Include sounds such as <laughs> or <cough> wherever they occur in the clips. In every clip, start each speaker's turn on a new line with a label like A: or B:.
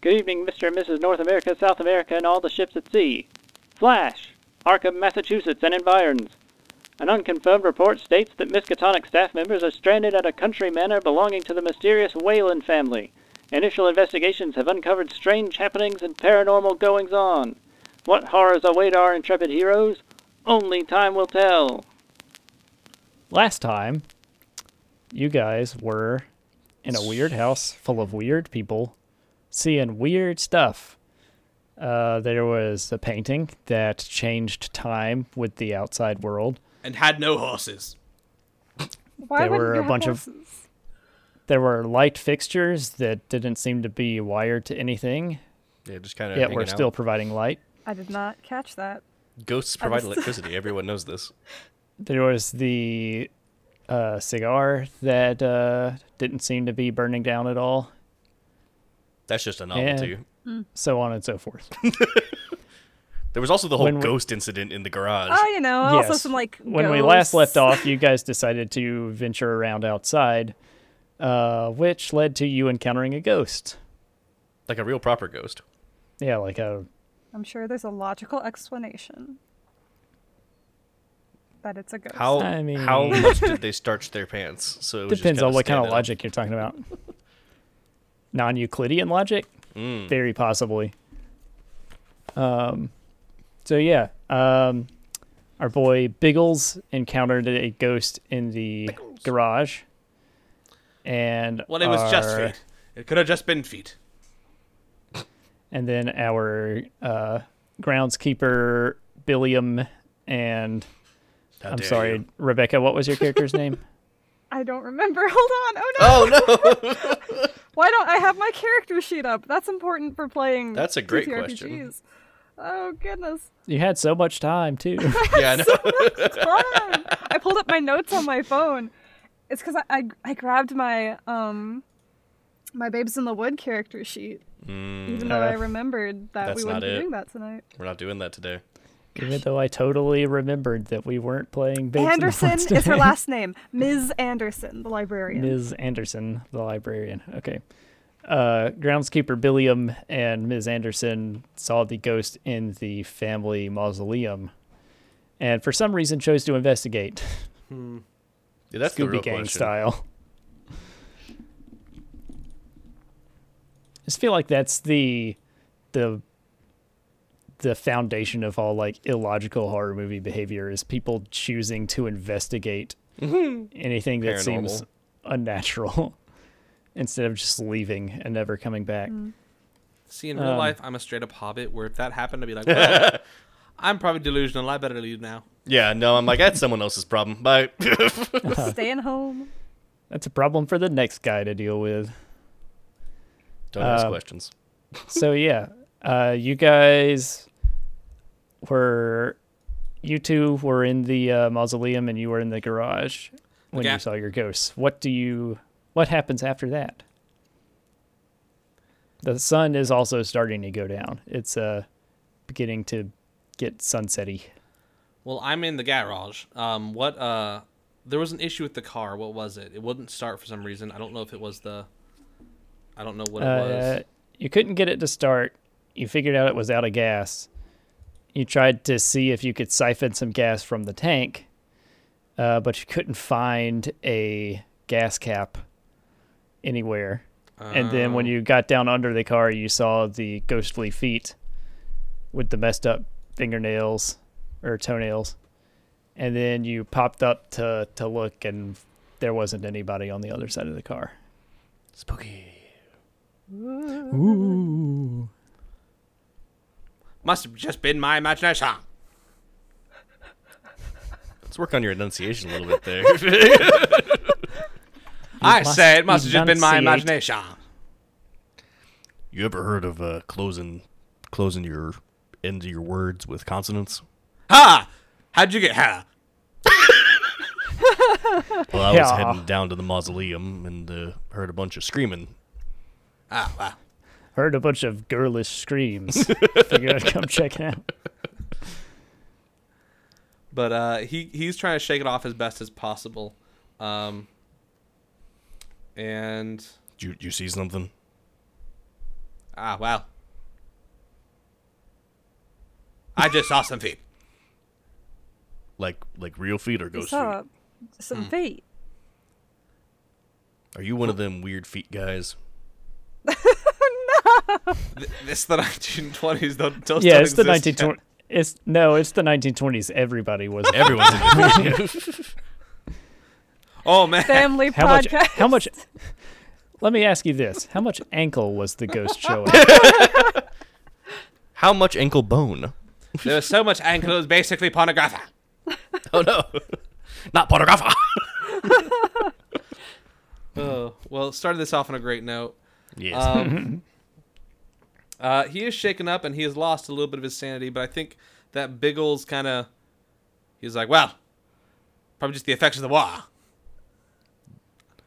A: Good evening, Mr. and Mrs. North America, South America, and all the ships at sea. Flash! Arkham, Massachusetts, and environs. An unconfirmed report states that Miskatonic staff members are stranded at a country manor belonging to the mysterious Whalen family. Initial investigations have uncovered strange happenings and paranormal goings on. What horrors await our intrepid heroes? Only time will tell.
B: Last time, you guys were in a weird house full of weird people seeing weird stuff. Uh, there was a painting that changed time with the outside world.
C: and had no horses.
D: Why
B: There
D: wouldn't
B: were
D: you
B: a
D: have
B: bunch of-
D: horses?
B: There were light fixtures that didn't seem to be wired to anything,
E: Yeah, just kind of.
B: yet were still providing light.
D: I did not catch that.
E: Ghosts provide
D: just-
E: electricity. Everyone knows this.
B: There was the uh, cigar that uh, didn't seem to be burning down at all,
E: That's just a novelty.
B: And- so on and so forth.
E: There was also the whole
B: When we-
E: ghost incident in the garage.
D: Oh, you know, also
B: Yes.
D: some like.
B: when we last
D: ghosts.
B: left off, you guys decided to venture around outside, uh, which led to you encountering a ghost.
E: Like a real proper ghost.
B: Yeah, like a
D: I'm sure there's a logical explanation that it's a ghost.
E: How
B: I mean- <laughs>
E: how much did they starch their pants? So it was just
B: depends on
E: kinda
B: what kind of
E: standing up.
B: logic you're talking about. <laughs> Non-Euclidean logic,
C: Mm.
B: very possibly. Um, so yeah, um, our boy Biggles encountered a ghost in the garage, and
C: Well, it was just
B: our-
C: feet. It could have just been feet.
B: and then our uh, groundskeeper Billiam and
E: How
B: I'm
E: dare
B: sorry,
E: you.
B: Rebecca. What was your
D: <laughs>
B: character's name?
D: I don't remember. <laughs> Hold on. Oh no.
E: Oh no. <laughs>
D: Why don't I have my character sheet up? That's important for playing.
E: That's a great
D: TTRPGs.
E: question.
D: Oh goodness.
B: You had so much time
D: <laughs>
B: too.
E: yeah,
B: <laughs>
E: I know.
D: Fun. I pulled up my notes on my phone. It's because I, I I grabbed my um my babes in the wood character sheet, even though I
B: Uh,
D: remembered that we
E: that's
D: wouldn't
E: not
D: be
E: it.
D: doing that tonight.
E: We're not doing that today.
B: Even though I totally remembered that we weren't playing Babes in the
D: Anderson
B: Woods
D: is her
B: today. <laughs>
D: last name. Ms. Anderson, the librarian.
B: Ms. Anderson, the librarian. Okay. Uh, groundskeeper Billiam and Ms. Anderson saw the ghost in the family mausoleum, and for some reason chose to investigate,
E: Yeah, that's the real
B: Scooby Gang
E: question.
B: style. I just feel like that's the the the foundation of all like illogical horror movie behavior is people choosing to investigate anything that seems
E: Mm-hmm. Paranormal.
B: unnatural <laughs> instead of just leaving and never coming back.
C: See, in
B: Um.
C: real life, I'm a straight up hobbit. Where if that happened, I'd <laughs> be like, well, I'm probably delusional. I better leave now.
E: Yeah, no, I'm like that's someone else's problem. Bye. <laughs>
D: Staying home.
B: That's a problem for the next guy to deal with.
E: Don't ask
B: Uh,
E: questions.
B: so yeah, uh, you guys were, you two were in the uh, mausoleum and you were in the garage when
C: Okay.
B: you saw your ghosts. What do you? What happens after that? The sun is also starting to go down. It's uh, beginning to get sunsetty.
C: Well, I'm in the garage. Um, what? Uh, there was an issue with the car. What was it? It wouldn't start for some reason. I don't know if it was the. I don't know what it
B: Uh, you couldn't get it to start. You figured out it was out of gas. You tried to see if you could siphon some gas from the tank, uh, but you couldn't find a gas cap anywhere.
C: was.
B: And then when
C: Oh.
B: you got down under the car, you saw the ghostly feet with the messed up fingernails or toenails. And then you popped up to, to look, and there wasn't anybody on the other side of the car.
E: Spooky.
B: Ooh.
C: must have just been my imagination.
E: Let's work on your enunciation a little bit
B: <laughs>
E: there.
C: I
B: must
C: say it must have just been my
B: enunciate.
C: imagination.
E: you ever heard of uh, closing closing your end of your words with consonants?
C: Ha! How'd you get ha?
E: Well, I was
B: Yeah.
E: heading down to the mausoleum and uh, heard a bunch of screaming.
C: Ah, wow.
B: Heard a bunch of girlish
F: <laughs>
B: screams. Figured I'd come check it out.
C: But uh, he he's trying to shake it off as best as possible. Um, and
E: Did you, did you see something?
F: Ah, well. I just saw some feet.
E: Like like real feet or ghost
D: What's
E: feet?
D: up?
E: Hmm.
D: Some feet.
E: Are you one of them weird feet guys?
F: Th- It's the <laughs> 1920s. Don't, don't
B: yeah,
F: don't
B: it's the
F: exist yet.
B: 1920s. It's no, it's the 1920s. Everybody was.
E: Everyone's a
B: <laughs>
E: weird feet.
F: Oh, man.
D: Family
B: How much?
D: podcast.
B: How <laughs> much? Let me ask you this: How much ankle was the ghost
F: <laughs>
B: showing?
E: How much ankle bone?
F: There was so much ankle, it was basically pornographic.
E: <laughs> Oh no. Not pornographer.
F: Oh, well, started this off on a great note.
E: <laughs> yes.
F: Um, uh, he is shaken up and he has lost a little bit of his sanity, but I think that Biggles kind of. He's like, well, probably just the effects of the war.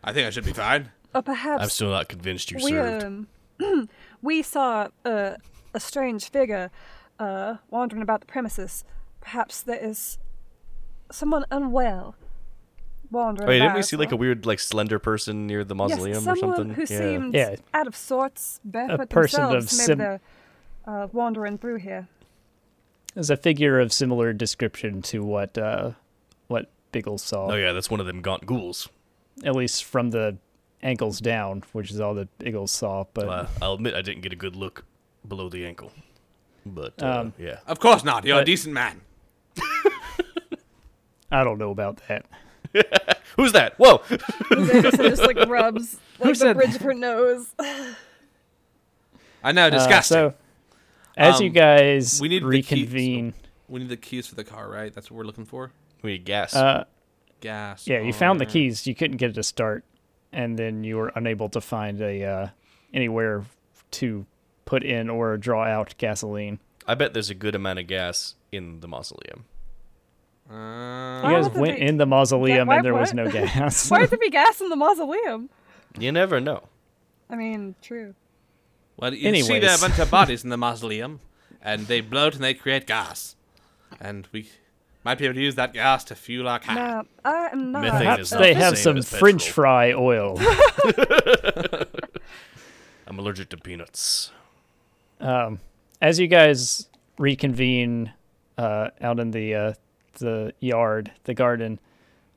F: I think I should be fine.
D: Or
E: I'm
D: Uh, perhaps
E: still not convinced you
D: we
E: served.
D: um, <clears throat> we saw uh, a strange figure uh, wandering about the premises. Perhaps there is someone unwell wandering.
E: Wait, didn't
D: about,
E: we see like
D: huh?
E: a weird like slender person near the
D: Yes,
E: mausoleum or
D: someone
E: something?
D: who seemed
B: Yeah.
D: out of sorts, barefoot
B: person of
D: themselves. Maybe
B: sim-
D: they're uh, wandering through here.
B: There's a figure of similar description to what uh, what Biggles saw,
E: Oh yeah, that's one of them gaunt ghouls.
B: at least from the ankles down, which is all that Biggles saw. But
E: Uh, I'll admit I didn't get a good look below the ankle. But uh,
B: Um,
E: yeah.
F: Of course not. You're a
B: But-
F: decent man.
B: I don't know about that.
E: Who's that? Whoa. <laughs>
B: <laughs>
D: Davison just like rubs like the
B: said
D: bridge of
B: <laughs>
D: her nose.
F: I know,
B: Uh,
F: disgusting.
B: so, as you
F: Um,
B: guys
F: we need the keys.
B: reconvene,
F: we need the keys for the car, right? That's what we're looking for.
E: We gas.
B: uh,
F: Gas.
B: yeah, you
D: Oh,
B: found the
F: on.
B: keys. You couldn't get it to start, and then you were unable to find a uh, anywhere to put in or draw out gasoline.
E: I bet there's a good amount of gas in the mausoleum.
F: Uh,
B: <laughs> You
D: Why
B: guys
D: would there
B: went
D: be-
B: in the mausoleum
D: why-
B: and there was
D: what? <laughs>
B: no gas. <laughs>
D: Why would there be gas in the mausoleum?
E: You never know.
D: I mean, true.
F: Well, you see, there are a
B: Anyways.
F: bunch of bodies in
B: <laughs>
F: the mausoleum, and they bloat and they create gas, and we might be able to use that gas to fuel our car.
D: No, I am not.
E: Methane
B: Perhaps
E: is not
B: they
E: the
B: have
E: same
B: some
E: as
B: French
E: petrol.
B: fry oil. <laughs>
E: I'm allergic to peanuts.
B: As you guys reconvene uh, out in the uh, the yard, the garden,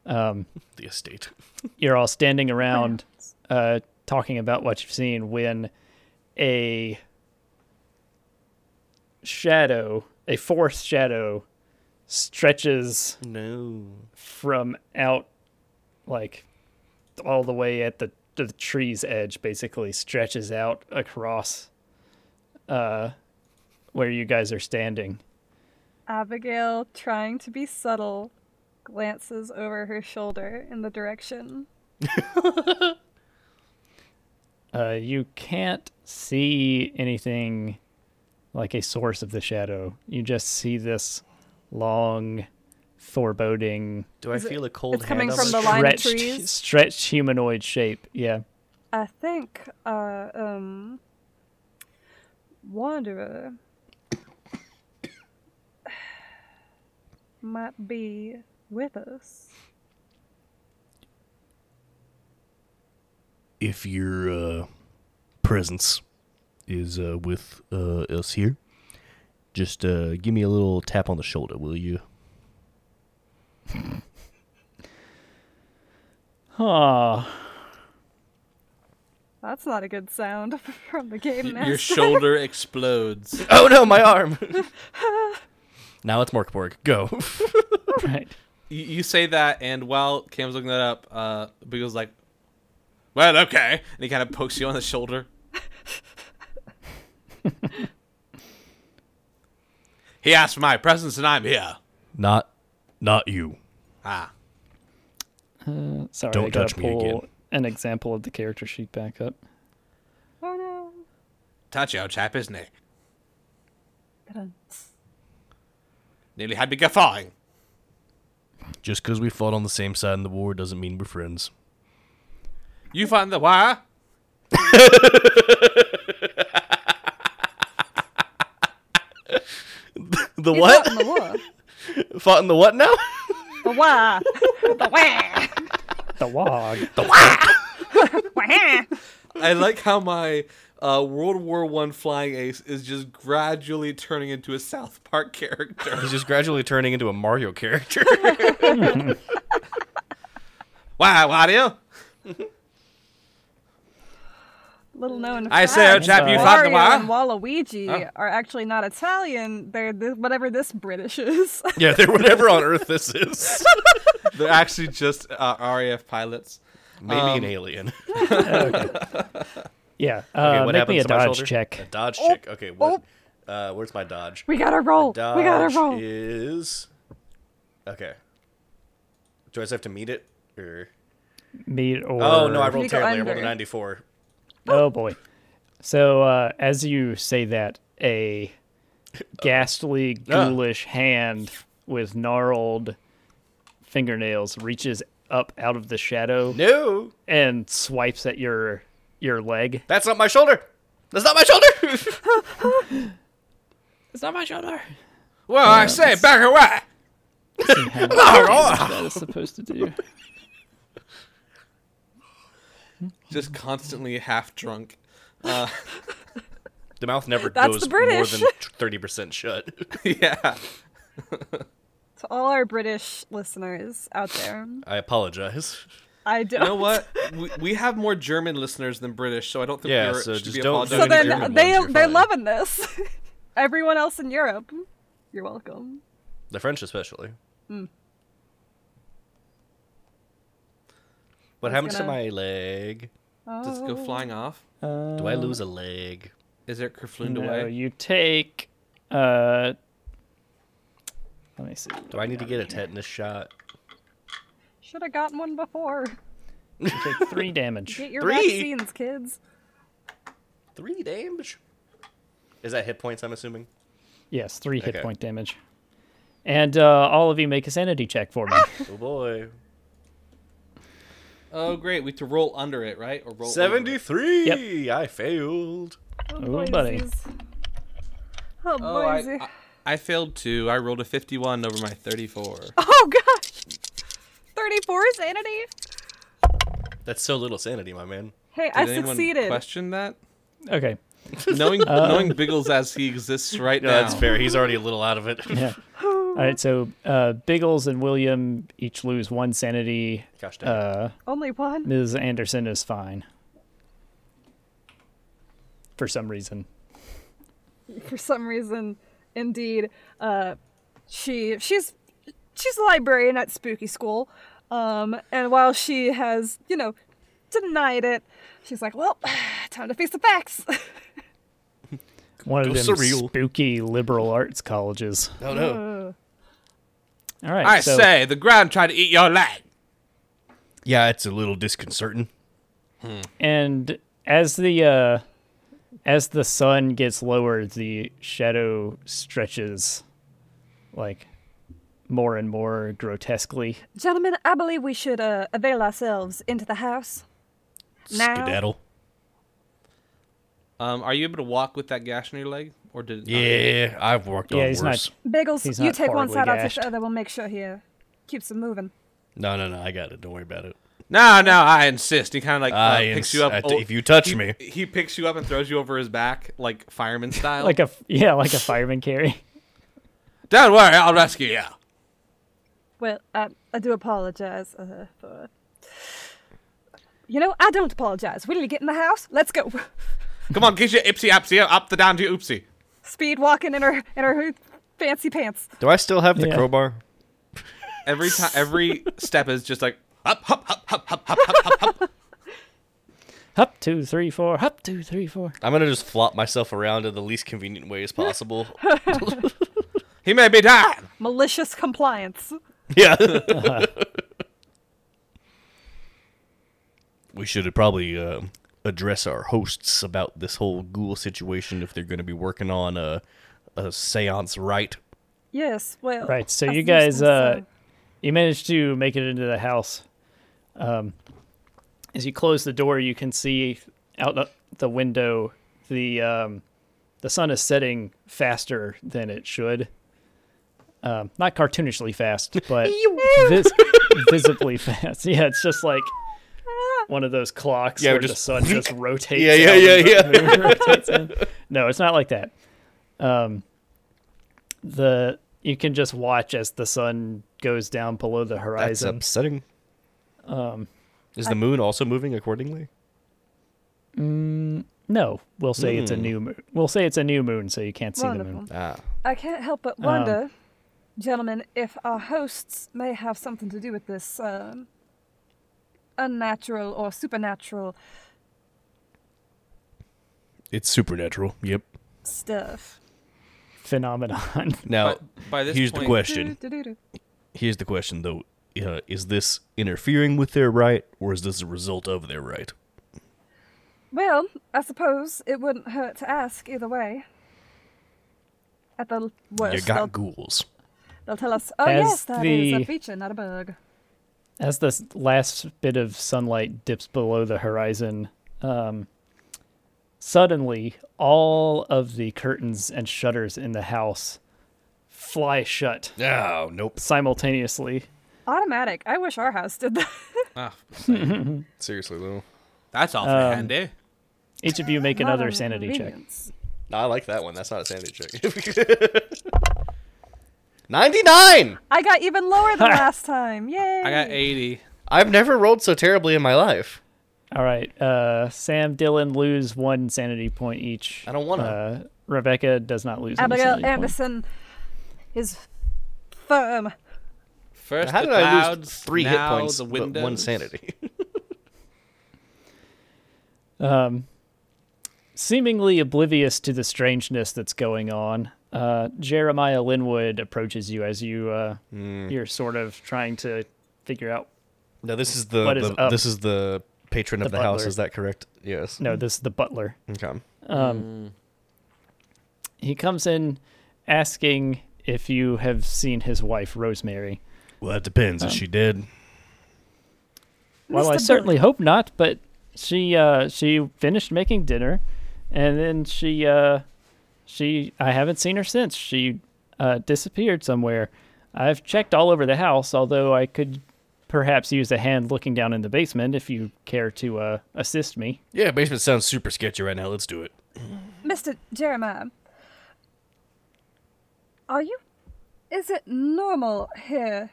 E: The estate.
B: you're all standing around uh, talking about what you've seen when a shadow, a fourth shadow, stretches
E: No.
B: from out like all the way at the to the tree's edge basically stretches out across uh where you guys are standing
D: Abigail, trying to be subtle, glances over her shoulder in the direction.
B: uh you can't see anything like a source of the shadow you just see this long foreboding
E: Do I feel a cold
D: it's coming
E: hand
D: from the
E: on
D: line of
B: stretched
D: trees.
B: stretched humanoid shape yeah
D: I think, uh, um, Wanderer <sighs> might be with us.
E: If your uh, presence is uh, with uh, us here, just uh, give me a little tap on the shoulder, will you?
D: <laughs>
B: huh
D: That's not a good sound <laughs> from the game
F: Y- your
D: master.
F: shoulder explodes.
E: Oh no, my arm! <laughs> now it's Morkborg. Go. <laughs>
B: right
F: You, you say that, and while Cam's looking that up, uh, Beagle's like, "Well, okay," and he kind of pokes you on the shoulder. <laughs> he asked for my presence, and I'm here.
E: not, not you.
F: Ah,
B: sorry
E: Don't
B: I gotta
E: touch me
B: pull
E: again.
B: an example of the character sheet back up
D: oh no.
F: touch your chap, isn't he?
D: Ta-dun.
F: Nearly had me guffawing.
E: Just 'cause we fought on the same side in the war doesn't mean we're friends.
F: You found the wire.
E: The
D: He's out
E: what?
D: in the war.
E: fought in the what now? <laughs>
D: The wah. The wah.
E: <laughs>
B: the log
D: Wah.
F: I like how my uh, World War One flying ace is just gradually turning into a South Park character.
E: He's just gradually turning into a Mario character. <laughs>
F: Why, why do you?
D: Little known
F: I
D: fact,
F: say, oh, chap,
B: you
F: thought the
D: Wario
F: wire?
D: and Waluigi are actually not Italian. They're th- whatever this British is. <laughs>
E: yeah, they're whatever on earth this is.
F: They're actually just uh, RAF pilots.
E: Maybe an alien. <laughs>
B: Yeah. Uh,
E: what
B: make
E: happens
B: me a
E: to my
B: dodge
E: shoulder?
B: check.
E: A dodge check. Okay, what? Uh, where's my dodge?
D: Oh, we gotta roll.
E: Dodge
D: We gotta roll.
E: is okay. Do I just have to meet it? Or
B: Meet or
E: oh no, I
D: You
E: rolled
D: go
E: terribly. I rolled
D: under.
E: a ninety-four.
B: Oh boy. So uh, as you say that, a ghastly,
E: Ah.
B: ghoulish hand with gnarled fingernails reaches up out of the shadow
E: No,
B: and swipes at your your leg.
E: that's not my shoulder. That's not my shoulder.
B: It's not my shoulder.
F: Well, I say, back away.
B: That is supposed to <laughs> do.
F: Just constantly half drunk.
E: the mouth never
D: That's
E: goes
D: the
E: more
D: British.
E: than thirty percent shut.
F: yeah.
D: To all our British listeners out there,
E: <laughs> I apologize.
D: I don't.
F: You know
D: <laughs>
F: what? We, we have more German listeners than British, so I don't think
E: Yeah,
F: we're,
E: so
F: should
E: just
F: be
E: don't-
F: apologizing
D: So
E: Those
F: to
D: they're,
E: German
F: Germans.
D: they
E: ones, you're
D: they're
E: fine.
D: loving this. <laughs> Everyone else in Europe, you're welcome.
E: The French, especially. What happens
D: gonna-
E: to my leg?
F: Does
D: Oh,
F: it go flying off?
E: Do I lose a leg?
F: Is it kerfloomed
B: No,
F: away?
B: you take. Uh, let me see.
E: Do I need to get a tetanus shot?
D: Should have gotten one before.
B: You take three
D: <laughs>
B: damage.
D: Get your
E: Three?
D: vaccines, kids.
E: Three damage. Is that hit points? I'm assuming.
B: Yes, three hit
E: Okay.
B: point damage. And uh, all of you make a sanity check for <laughs> me.
E: Oh boy.
F: Oh, great. We have to roll under it, right? Or
E: oh.
F: roll over it.
E: 73. I failed.
D: Oh,
B: Ooh, buddy.
D: boysies. Oh,
F: Oh, I,
D: boysy.
F: I, I failed too. I rolled a 51 over my 34.
D: Oh, gosh. 34 sanity?
E: That's so little sanity, my man.
D: Hey,
F: Did
D: I
F: anyone
D: succeeded.
F: question that? <laughs>
B: Okay.
F: Knowing knowing Biggles as he exists right
E: No,
F: now.
E: Uh, that's fair. He's already a little out of it.
B: Yeah. All right. So uh, Biggles and William each lose one sanity.
E: <laughs> Gosh dang.
B: Uh,
D: Only one.
B: Ms. Anderson is fine. For some reason.
D: For some reason, indeed. Uh, she she's she's a librarian at Spooky School. Um, and while she has, you know, denied it, she's like, well, <sighs> time to face the facts. <laughs>
B: One of
E: Go
B: them
E: surreal.
B: spooky liberal arts colleges.
E: oh no.
B: All right.
F: I
B: so
F: say, the ground tried to eat your leg.
G: Yeah, it's a little disconcerting.
B: and as the uh, as the sun gets lower, the shadow stretches like more and more grotesquely.
D: Gentlemen, I believe we should uh, avail ourselves into the house. Now.
G: Skedaddle.
F: Um, are you able to walk with that gash in your leg? Or did
G: Yeah, I've worked
B: yeah,
G: on
B: he's
G: worse.
D: Biggles,
B: He's
D: you
B: not
D: take one
B: horribly
D: side, I'll
B: gashed.
D: take the other. We'll make sure he uh, keeps them moving.
G: No, no, no. I got it. Don't worry about it.
F: No, no, I insist. He kind of like uh,
G: I
F: picks
G: ins-
F: you up.
G: I-
F: oh,
G: if you touch
F: he-
G: me.
F: he picks you up and throws you over his back, like fireman
B: <laughs>
F: style.
B: Like a yeah, like a fireman carry. <laughs>
F: don't worry, I'll rescue you.
D: Well, I, I do apologize uh, for. You know, I don't apologize. We need to get in the house. Let's go. <laughs>
F: Come on, get your ipsy upsy up the down to your oopsie.
D: Speed walking in her in her fancy pants.
G: Do I still have the
B: Yeah.
G: crowbar?
F: Every time, every step is just like up, hop, hop, hop, hop, hop, hop, hop.
B: Hup two three four. Hup two three four.
E: I'm going to just flop myself around in the least
B: <laughs>
E: convenient way as possible. <laughs>
F: He may be dead.
D: Malicious compliance.
E: <laughs>
G: Yeah. we should probably uh, address our hosts about this whole ghoul situation if they're going to be working on a, a seance right.
D: Yes. <laughs> Well.
B: Right, so
D: I
B: you
D: think
B: guys,
D: so.
B: uh, you manage to make it into the house. Um, as you close the door, you can see out the, the window the um, the sun is setting faster than it should. Um, not <laughs> cartoonishly fast, but vis- visibly fast. Yeah, it's just like one of those clocks
E: Yeah,
B: where
E: just
B: the sun
E: <laughs>
B: just rotates.
E: Yeah, yeah,
B: out
E: yeah,
B: and
E: yeah.
B: the moon rotates in. No, it's not like that. Um, the you can just watch as the sun goes down below the
E: That's
B: horizon.
E: upsetting. Um,
B: Um,
E: is the moon also moving accordingly?
B: No, we'll say it's a new moon. We'll say it's a Um, new moon, so you can't see the
D: Wonderful.
B: moon.
E: Ah,
D: I can't help but wonder, gentlemen, if our hosts may have something to do with this um, unnatural or supernatural
E: it's supernatural. Yep.
D: stuff.
B: Phenomenon. <laughs>
G: Oh,
E: Now,
C: by this
E: here's the
C: point-
E: question.
D: Do-do-do-do.
E: Here's the question, though. Uh, is this interfering with their right, or is this a result of their right?
D: Well, I suppose it wouldn't hurt to ask either way. At the l-
E: You
D: worst,
E: got
D: they'll,
E: ghouls.
D: they'll tell us, "Oh
B: As
D: yes, that is
B: the-
D: a feature, not a bug."
B: As this last bit of sunlight dips below the horizon, um, suddenly all of the curtains and shutters in the house fly shut
E: Oh, nope.
B: simultaneously.
D: Automatic. I wish our house did that.
C: Ah,
F: <laughs> Seriously, though.
C: that's awful handy.
B: Each of you make
D: Not
B: another
D: a
B: sanity check.
D: convenience.
F: No, I like that one. That's not a sanity check. 99!
D: I got even lower
B: <laughs>
D: than last time. Yay!
C: I got 80.
F: I've never rolled so terribly in my life.
B: All right. Uh, Sam, Dylan lose one sanity point each.
F: I don't wanna.
B: Uh, Rebecca does not lose any
D: Abigail
B: sanity point.
D: Anderson is firm.
C: First
F: How
C: the
F: did
C: clouds,
F: I lose three hit
C: now
F: points
C: the
F: but one
E: <laughs>
C: windows.
F: sanity?
B: seemingly oblivious to the strangeness that's going on, uh, Jeremiah Linwood approaches you as you uh,
F: Hmm.
B: you're sort of trying to figure out.
F: no, this is the,
B: What is
F: the-
B: up?
F: this is the patron of
B: The
F: the house.
B: butler.
F: Is that correct? Yes.
B: No, this is the butler.
F: Okay.
B: He comes in asking if you have seen his wife Rosemary.
E: Well, that depends.
F: Oh.
E: is she dead?
B: Well, I
D: Mr.
B: certainly hope not, but she uh, she finished making dinner, and then she uh, she I haven't seen her since. She uh, disappeared somewhere. I've checked all over the house, although I could perhaps use a hand looking down in the basement if you care to uh, assist me.
E: Yeah, basement sounds super sketchy right now. Let's do it.
D: Mr. Jeremiah, are you? Is it normal here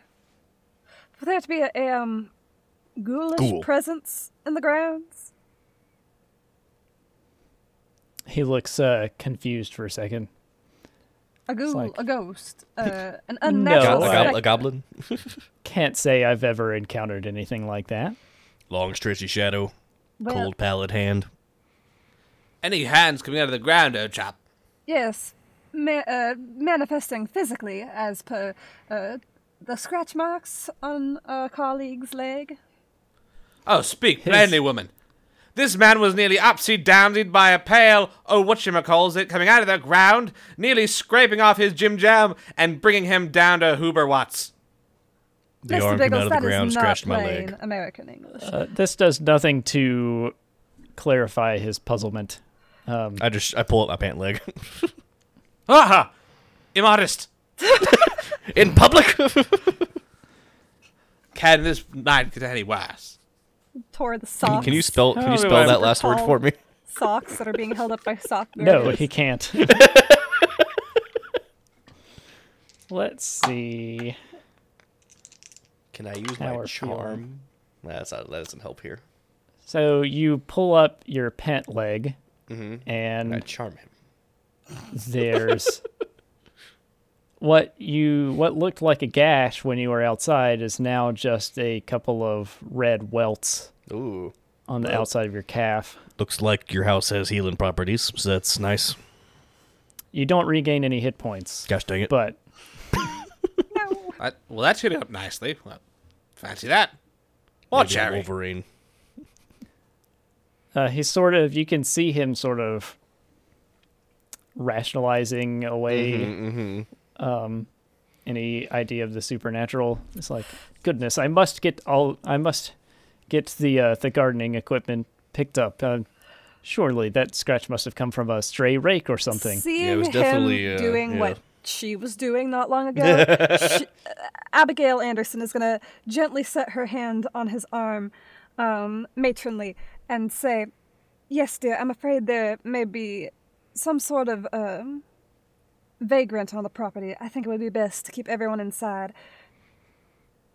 D: for there to be a um, ghoulish
E: Ghoul.
D: presence in the grounds?
B: He looks uh, confused for a second.
D: A ghoul,
B: like-
D: a ghost,
B: <laughs>
D: uh, an
B: No,
D: unnatural.
B: I- gob-
E: a, gob-
D: spectre.
E: a goblin?
B: Can't say I've ever encountered anything like that.
E: Long, stretchy shadow.
D: Well,
E: Cold, pallid hand.
C: Any hands coming out of the ground, oh chap.
D: Yes, ma- uh, manifesting physically as per uh, the scratch marks on a colleague's leg.
C: Oh, speak plainly, woman. This man was nearly upside downsied by a pail, oh whatchamacalls it, coming out of the ground, nearly scraping off his Jim Jam and bringing him down to Huber Watts.
E: The
D: Mr.
E: arm came
D: Biggles,
E: out of the
D: that is
E: ground,
D: not
E: scratched my
D: plain
E: leg.
D: American English.
B: Uh, this does nothing to clarify his puzzlement.
E: I just I pull up my pant leg
C: Ha ha! Immodest!
E: in public.
C: Can this night get any worse?
D: Tore the socks.
E: Can you spell? Can
B: Oh,
E: you spell
B: I'm-
E: that last word for me?
D: socks that are being held up by sock
B: No,
D: movers.
B: he can't. Let's see.
F: Can I use
B: Our
F: my
B: feeling.
F: charm? Nah, that's not, that doesn't help here.
B: So you pull up your pant leg,
F: I
E: <laughs>
B: and
F: charm him.
B: there's what you what looked like a gash when you were outside is now just a couple of red welts
F: Ooh.
B: on the outside of your calf.
E: Looks like your house has healing properties, so that's nice.
B: You don't regain any hit points,
E: Gosh dang it!
B: but
C: That- well, that's hitting up nicely. Well, fancy that. What,
E: Maybe a
C: Jerry?
E: Wolverine.
B: uh, he's sort of you can see him sort of rationalizing away um, any idea of the supernatural. It's like, goodness, I must get all I must get the uh, the gardening equipment picked up. Uh, surely that scratch must have come from a stray rake or something.
D: Seeing
E: was definitely,
D: him
E: uh,
D: doing
E: yeah.
D: what she was doing not long
E: <laughs>
D: ago, uh, she, Abigail Anderson is going to gently set her hand on his arm um, matronly and say, Yes, dear, I'm afraid there may be some sort of um, vagrant on the property. I think it would be best to keep everyone inside.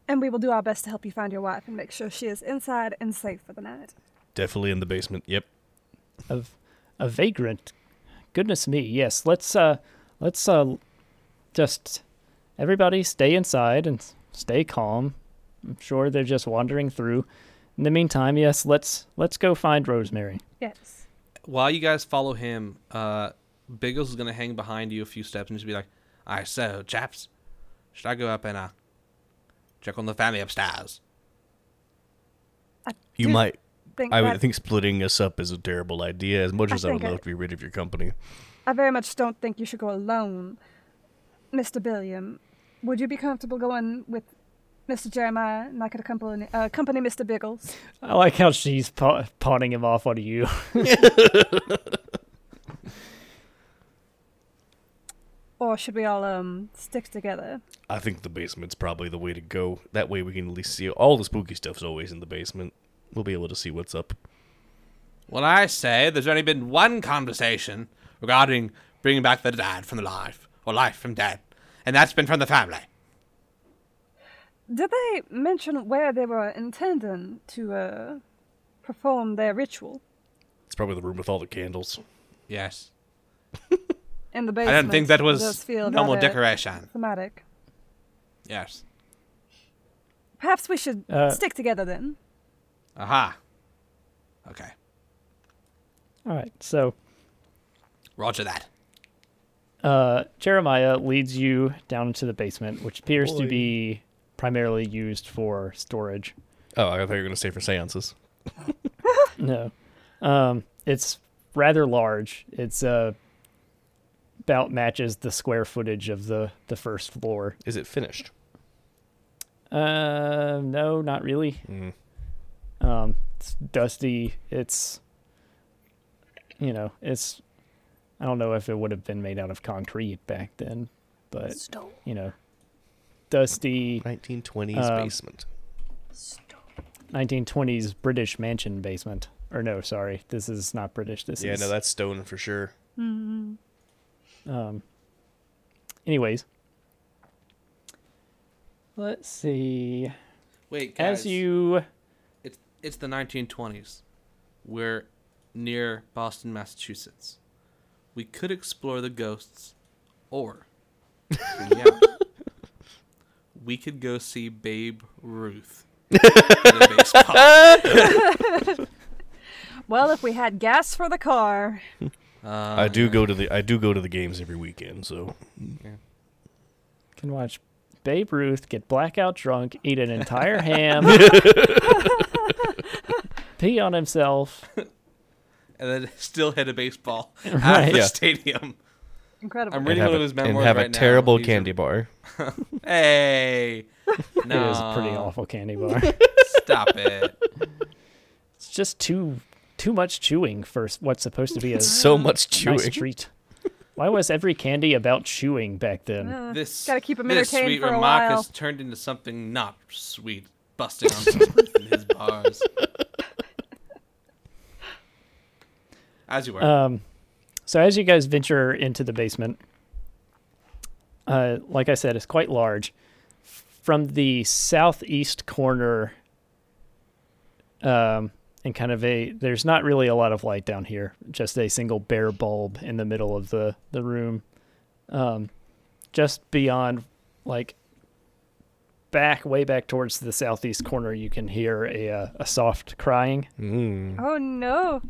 D: And we will do our best to help you find your wife and make sure she is inside and safe for the night.
E: Definitely in the basement. Yep.
B: of a vagrant. Goodness me, yes. Let's uh let's uh just everybody stay inside and s- stay calm. I'm sure they're just wandering through. In the meantime, yes, let's let's go find Rosemary.
D: Yes.
C: While you guys follow him, uh, Biggles is gonna hang behind you a few steps and just be like, "All right, so chaps, should I go up and uh, check on the family upstairs?"
D: I
E: You
D: do
E: might.
D: Think
E: I would
D: that-
E: think splitting us up is a terrible idea. As much
D: I
E: as I would
D: think I-
E: love to be rid of your company,
D: I very much don't think you should go alone, Mr. Billiam. Would you be comfortable going with Mr. Jeremiah and I could accompany, uh, accompany Mr. Biggles?
B: I like how she's pa- pawning him off onto you. <laughs>
D: Or should we all um, stick together?
E: I think the basement's probably the way to go. That way we can at least see all the spooky stuff's always in the basement. We'll be able to see what's up.
C: Well, I say there's only been one conversation regarding bringing back the dead from the life, or life from dead, and that's been from the family.
D: Did they mention where they were intending to uh, perform their ritual?
E: It's probably the room with all the candles.
C: Yes,
D: In the
C: I
D: basement.
C: don't think that
D: does
C: was
D: feel
C: normal
D: rather
C: decoration.
D: Thematic.
C: Yes.
D: Perhaps we should
B: Uh,
D: stick together then.
C: Aha. Okay.
B: All right. So,
C: Roger that.
B: uh Jeremiah leads you down into the basement, which appears to
E: Boy.
B: be primarily used for storage.
E: Oh, I thought you were gonna say for seances.
B: No. Um, it's rather large. It's uh, about matches the square footage of the, the first floor.
E: Is it finished?
B: Uh, no, not really.
E: Mm.
B: Um, it's dusty. It's, you know, it's, I don't know if it would have been made out of concrete back then, but,
D: Stone.
B: you know, dusty
E: 1920s
B: Um,
E: basement.
B: 1920s British mansion basement. Or no, sorry, this is not British. This
E: Yeah,
B: is
E: no, that's stone for sure.
B: anyways let's see
C: Wait,
B: as you
C: It's it's the 1920s. We're near Boston, Massachusetts. We could explore the ghosts, or
B: <laughs>
C: hear me out. we could go see Babe Ruth. in a
B: <laughs>
C: baseball.
D: Well, if we had gas for the car.
E: I do go to the I do go to the games every weekend, so
B: can watch babe ruth get blackout drunk eat an entire <laughs> ham pee on himself
C: and then <laughs> still hit a <laughs> baseball at
B: Right.
C: the
E: Yeah.
C: stadium.
D: Incredible.
C: I'm reading
E: have
C: one of
E: a-
C: his memoirs
E: and have
C: right
E: a
C: now.
E: terrible
C: These are-
E: candy bar.
C: Hey,
B: it is a pretty
C: No,
B: awful candy <laughs> bar
C: Stop it. <laughs>
B: it's just too too much chewing for s- what's supposed to be a
E: So much chewing.
B: nice treat why was every candy about chewing back then
D: Uh,
C: This
D: Gotta keep 'em
C: this
D: entertained
C: sweet
D: for a
C: remark
D: while.
C: has turned into something not sweet, busting on
D: <laughs>
C: Babe in his bars. As you were.
B: um so as you guys venture into the basement uh like i said it's quite large from the southeast corner um and kind of a there's not really a lot of light down here just a single bare bulb in the middle of the the room um just beyond like back way back towards the southeast corner you can hear a uh, a soft crying
D: Oh no.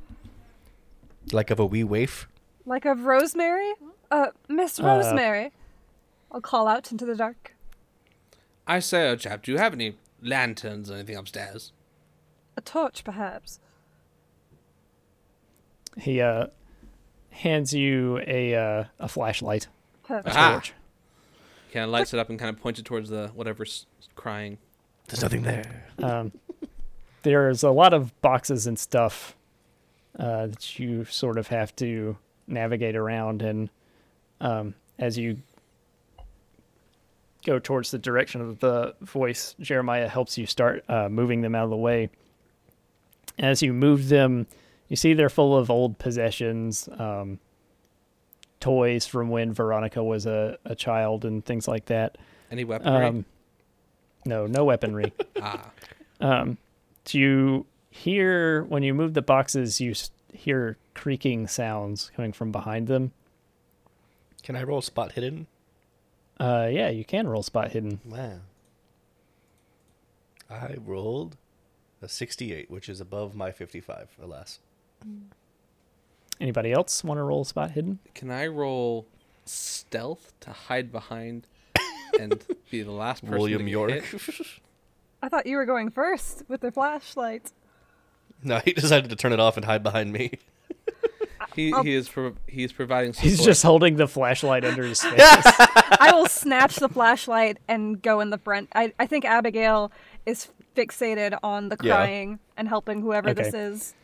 E: Like of a wee waif.
D: Like of Rosemary? Uh, Miss Rosemary. I'll call out into the dark.
C: I say, oh, chap, do you have any lanterns or anything upstairs?
D: A torch, perhaps.
B: He uh, hands you a uh, a flashlight.
D: Perfect.
C: Ah.
B: Torch.
C: Kind of lights it up and kind of points it towards the whatever's crying.
E: There's nothing there.
B: There's a lot of boxes and stuff uh, that you sort of have to navigate around, and um, as you go towards the direction of the voice, Jeremiah helps you start uh, moving them out of the way. As you move them, you see they're full of old possessions, um, toys from when Veronica was a, a child, and things like that.
C: Any weaponry?
B: Um, no, no weaponry. Um,
C: ah,
B: Do you hear when you move the boxes? You s- hear creaking sounds coming from behind them.
E: Can I roll spot hidden?
B: Uh, yeah, you can roll spot hidden.
E: Wow. I rolled a 68, which is above my 55, alas.
B: Anybody else want to roll spot hidden?
C: can I roll stealth to hide behind and be the last person? to
E: William
C: get
E: York.
C: hit?
D: I thought you were going first with the flashlight.
E: <laughs> no, he decided to turn it off and hide behind me.
C: He, he is pro- he is providing. Support.
B: He's just <laughs> holding the flashlight under <laughs> his face.
D: I
E: <laughs>
D: will snatch the flashlight and go in the front. I, I think Abigail is fixated on the
E: Yeah.
D: crying and helping whoever this
B: Okay.
D: is.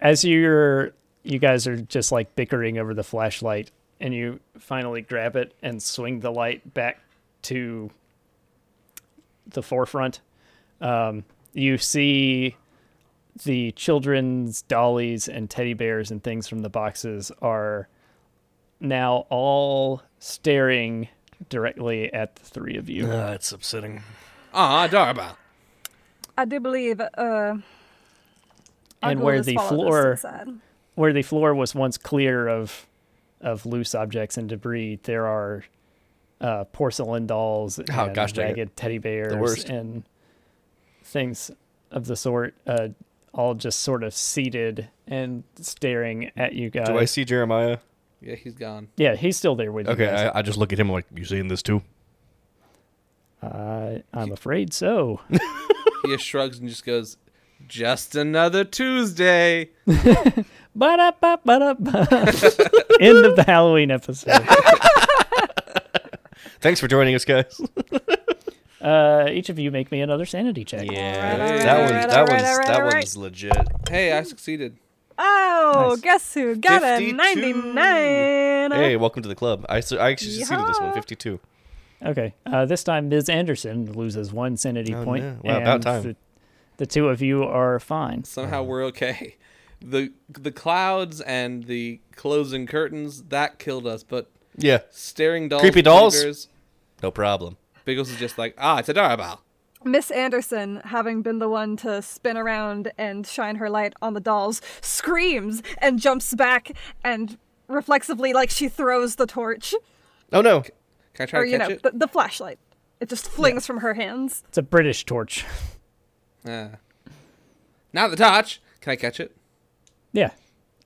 B: as you're you guys are just like bickering over the flashlight and you finally grab it and swing the light back to the forefront um, you see the children's dollies and teddy bears and things from the boxes are now all staring directly at the three of you
E: Ah, it's upsetting.
C: ah Darba.
D: I do believe. Uh, our
B: and
D: goal
B: where
D: is
B: the
D: follow this
B: floor
D: inside.
B: where the floor was once clear of of loose objects and debris, there are uh, porcelain dolls and
E: Oh, gosh dang it.
B: ragged teddy bears
E: worst.
B: and things of the sort, uh, all just sort of seated and staring at you guys.
E: Do I see Jeremiah?
C: Yeah, he's gone.
B: yeah, he's still there with
E: Okay,
B: you. guys.
E: I, I just look at him like, you seeing this too?
B: I, I'm afraid so. <laughs>
C: He just shrugs and just goes, "Just another Tuesday."
B: Ba-da-ba, <laughs> ba-da-ba. End of the Halloween
E: <laughs>
B: episode.
E: Thanks for joining us, guys.
B: Uh, each of you make me another sanity check.
E: Yeah,
C: Alright,
E: that one's
C: alright,
D: alright,
E: that
D: alright,
E: one's
D: alright,
E: that
D: alright.
E: one's legit.
C: Hey, I succeeded.
D: Oh,
B: Nice.
D: guess who got
E: 52.
D: a 99?
E: Hey, welcome to the club. I su- I actually succeeded this one,
D: Yeehaw.
E: 52.
B: Okay. Uh, this time, Ms. Anderson loses one sanity
E: Oh,
B: point.
E: no. Wow, about
B: and
E: time.
B: The, the two of you are fine.
C: somehow we're okay. The the clouds and the closing curtains that killed us, but
E: Yeah,
C: staring dolls,
E: Creepy
C: and
E: dolls?
C: fingers,
E: no problem.
C: Biggles is just like ah, it's a Darabal.
D: Miss Anderson, having been the one to spin around and shine her light on the dolls, screams and jumps back and reflexively, like she throws the torch
E: Oh no.
C: Can I try
D: or,
C: to
D: you
C: catch
D: know,
C: it?
D: the, the flashlight. It just flings from her hands.
B: It's a British torch. <laughs>
C: Ah. Not the touch. Can I catch it?
B: yeah.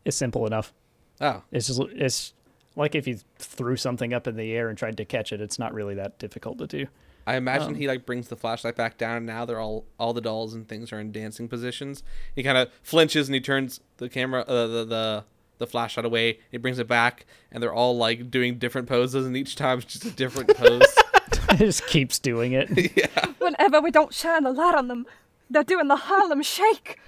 B: It's simple enough.
C: Oh,
B: It's just, it's like if you threw something up in the air and tried to catch it, it's not really that difficult to do. <laughs>
C: I
B: Oh.
C: imagine he like brings the flashlight back down, and now they're all all the dolls and things are in dancing positions. He kind of flinches and he turns the camera, uh, the the the flashlight away. He brings it back, and they're all like doing different poses, and each time it's just a
B: <laughs>
C: different pose.
B: it just keeps doing
C: <laughs>
B: it.
D: Whenever we don't shine the light on them, they're doing the Harlem Shake.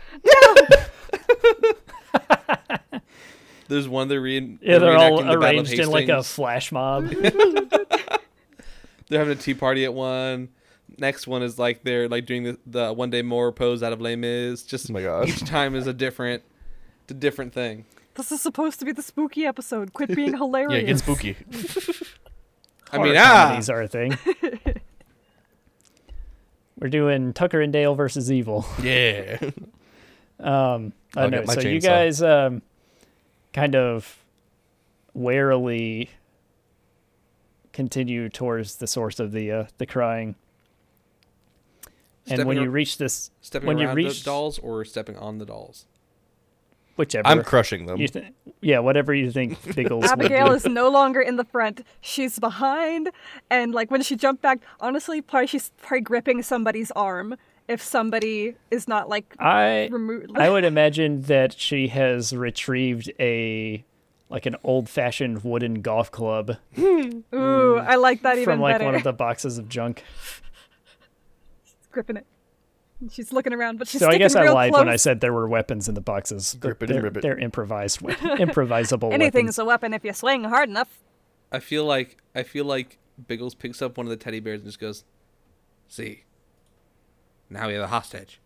C: There's one they're re-
B: Yeah, they're all
C: reenacting the Battle of
B: arranged in like a
C: Hastings.
B: flash
C: <laughs>
B: mob.
C: they're having a tea party at one. Next one is like they're like doing the, the one day more pose out of Les Mis. Just
E: Oh my God.
C: each time is a different, it's a different thing.
D: This is supposed to be the spooky episode.
C: <laughs>
D: Quit being hilarious.
E: Yeah, get spooky.
C: I mean,
B: Horror
C: ah,
B: comedies are a
C: <laughs>
B: thing. We're doing Tucker and Dale versus Evil.
E: yeah.
C: <laughs>
B: I
E: I'll
B: know.
E: get my
B: So you
E: chainsaw.
B: guys um, kind of warily continue towards the source of the uh, the crying. And
C: Stepping
B: when you
C: ar-
B: reach this,
C: stepping
B: when you
C: around
B: reach
C: the dolls or stepping on the dolls.
B: whichever,
E: I'm crushing them.
B: you thi- yeah, whatever you
E: <laughs>
B: think Biggles would
D: Abigail
B: do.
D: is no longer in the front. She's behind, and like when she jumped back, honestly, probably she's probably gripping somebody's arm if somebody is not like
B: I
D: removed.
B: I would imagine that she has retrieved a like an old-fashioned wooden golf club
D: Ooh, I like that even
B: Mm. from like
D: better.
B: one of
D: <laughs>
B: the boxes of junk.
D: gripping it. And She's looking around, but she's
B: So I
D: sticking
B: guess I
D: real
B: lied
D: close.
B: when I said there were weapons in the boxes. but
E: Grip it and
B: they're,
E: rip it.
B: they're improvised,
D: <laughs>
B: we- improvisable
D: anything's
B: weapons.
D: a weapon if you swing hard enough.
C: I feel like I feel like Biggles picks up one of the teddy bears and just goes, "See, now we have a hostage."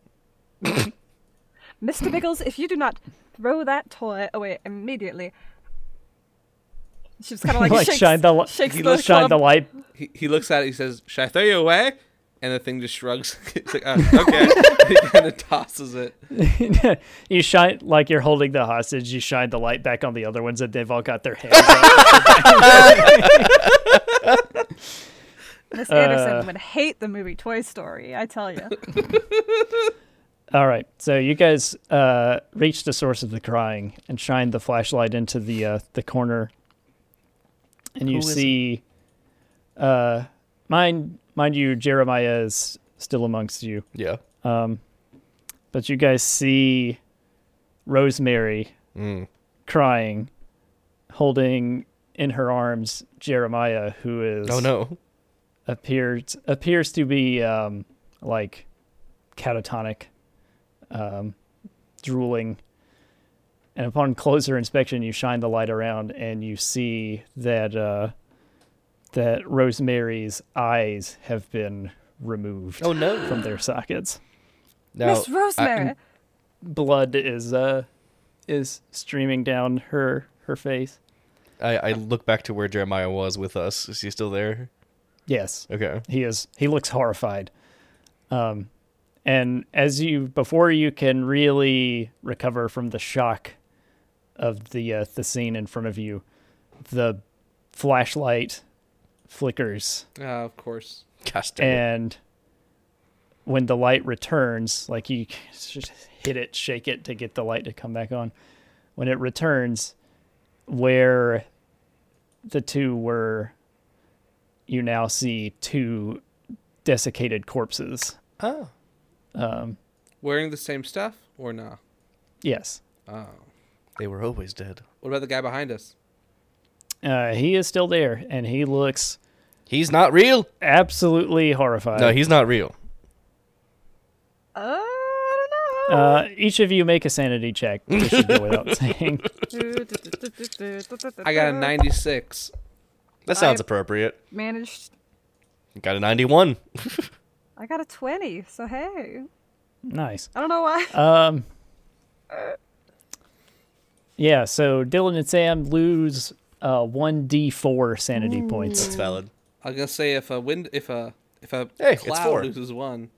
D: Mr. Biggles, if you do not throw that toy away immediately. She just kind of like,
B: Like,
D: shakes,
B: shine the li-
D: shakes
C: he
D: the
C: looks-
B: Shine the
D: club.
B: light.
C: He, he looks at it. He says, "Should I throw you away?" And the thing just shrugs. <laughs> He's like, oh, "Okay."
E: <laughs>
C: he kind of tosses it.
B: you shine like you're holding the hostage. You shine the light back on the other ones, and they've all got their hands.
D: <laughs>
B: up.
D: Miss Anderson
B: uh.
D: would hate the movie Toy Story, I tell you.
B: All right, so you guys uh, reach the source of the crying and shine the flashlight into the uh, the corner, and you
E: Who is it?
B: see. Uh, mind, mind you, Jeremiah is still amongst you.
E: Yeah.
B: but you guys see Rosemary
E: Mm.
B: crying, holding in her arms Jeremiah, who is
E: Oh no.
B: appears appears to be um, like catatonic, um, drooling. And upon closer inspection, you shine the light around and you see that uh, that Rosemary's eyes have been removed
E: Oh no.
B: from their sockets.
E: Now,
D: Miss
E: I-
D: Rosemary,
B: blood is uh is streaming down her her face.
E: I, I look back to where Jeremiah was with us. Is he still there?
B: Yes,
E: Okay.
B: he is. He looks horrified. Um, and as you before you can really recover from the shock of the uh, the scene in front of you, the flashlight flickers
C: Uh, of course.
E: Cast
B: and when the light returns like you just hit it shake it to get the light to come back on when it returns where the two were you now see two desiccated corpses
E: Oh.
C: Wearing the same stuff or nah?
B: yes
C: Oh.
E: They were always dead.
C: What about the guy behind us?
B: uh, he is still there and he looks
E: He's not real.
B: absolutely horrified
E: no, he's not real.
D: uh, I don't know.
B: uh, each of you make a sanity check this should go without saying
C: I got a 96.
E: That sounds
D: I-
E: appropriate.
D: <laughs> Managed.
E: Got a 91.
D: I got a 20, so hey.
B: nice
D: I don't know why.
B: Um. Yeah, so Dylan and Sam lose uh one d four sanity points.
E: That's valid.
C: I was gonna say if a wind, if a if a
E: Hey, it's
C: cloud
E: four.
C: loses one,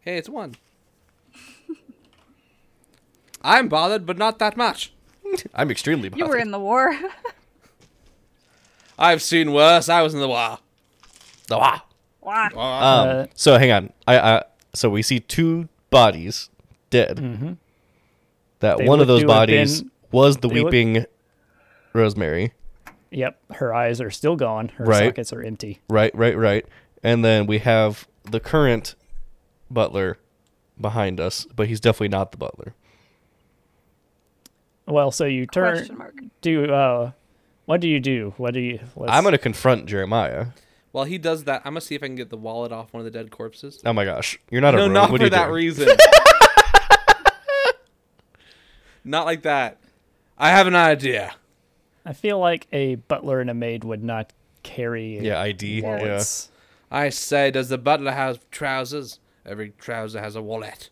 C: hey, it's one. <laughs> I'm bothered, but not that much.
E: I'm extremely
D: you
E: bothered.
D: were in the war. <laughs>
C: I've seen worse. I was in the war.
E: Oh, ah.
D: Wah.
E: Um,
B: Uh,
E: so hang on. I, I so we see two bodies dead. That
B: Mm-hmm. They
E: one
B: look
E: of those
B: to have
E: bodies
B: been-
E: was the
B: they look-
E: weeping Rosemary.
B: Yep, her eyes are still gone. Her
E: Right.
B: sockets are empty.
E: Right, right, right. And then we have the current butler behind us, but he's definitely not the butler.
B: Well, so you
D: Question
B: turn
D: mark.
B: do uh, what do you do? What do you? Let's,
E: I'm gonna confront Jeremiah.
C: While he does that, I'm gonna see if I can get the wallet off one of the dead corpses.
E: Oh my gosh, you're not a
C: No,
E: rogue.
C: not
E: what are
C: for
E: you
C: that
E: doing? <laughs>
C: reason. not like that. I have an idea.
B: I feel like a butler and a maid would not carry
E: Yeah, ID. Yeah.
B: wallets.
C: I say, does the butler have trousers? Every trouser has a wallet.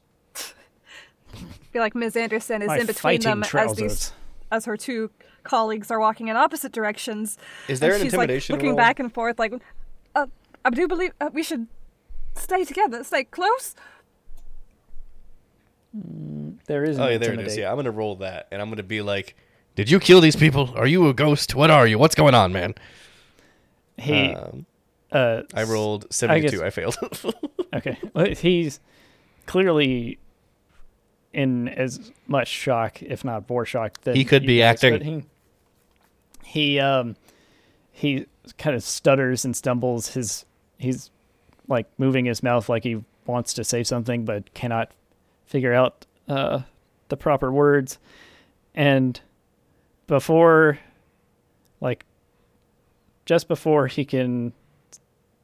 D: I feel like Ms. Anderson is
B: My
D: in between
B: fighting
D: them as,
B: trousers.
D: these, as her two colleagues are walking in opposite directions.
E: Is there
D: and
E: an
D: she's,
E: intimidation
D: like, looking
E: roll?
D: back and forth like, uh, I do believe uh, we should stay together, stay close.
B: There is.
E: Oh yeah, there it is. Yeah, I'm gonna roll that, and I'm gonna be like, "Did you kill these people? Are you a ghost? What are you? What's going on, man?"
B: He
E: Um,
B: uh,
E: I rolled 72. I, failed. <laughs>
B: Okay. Well, He's clearly in as much shock, if not more shock, than
E: He could
B: you
E: be
B: guys, but
E: acting.
B: He, he um he kind of stutters and stumbles his he's like moving his mouth like he wants to say something but cannot figure out uh the proper words. And before like just before he can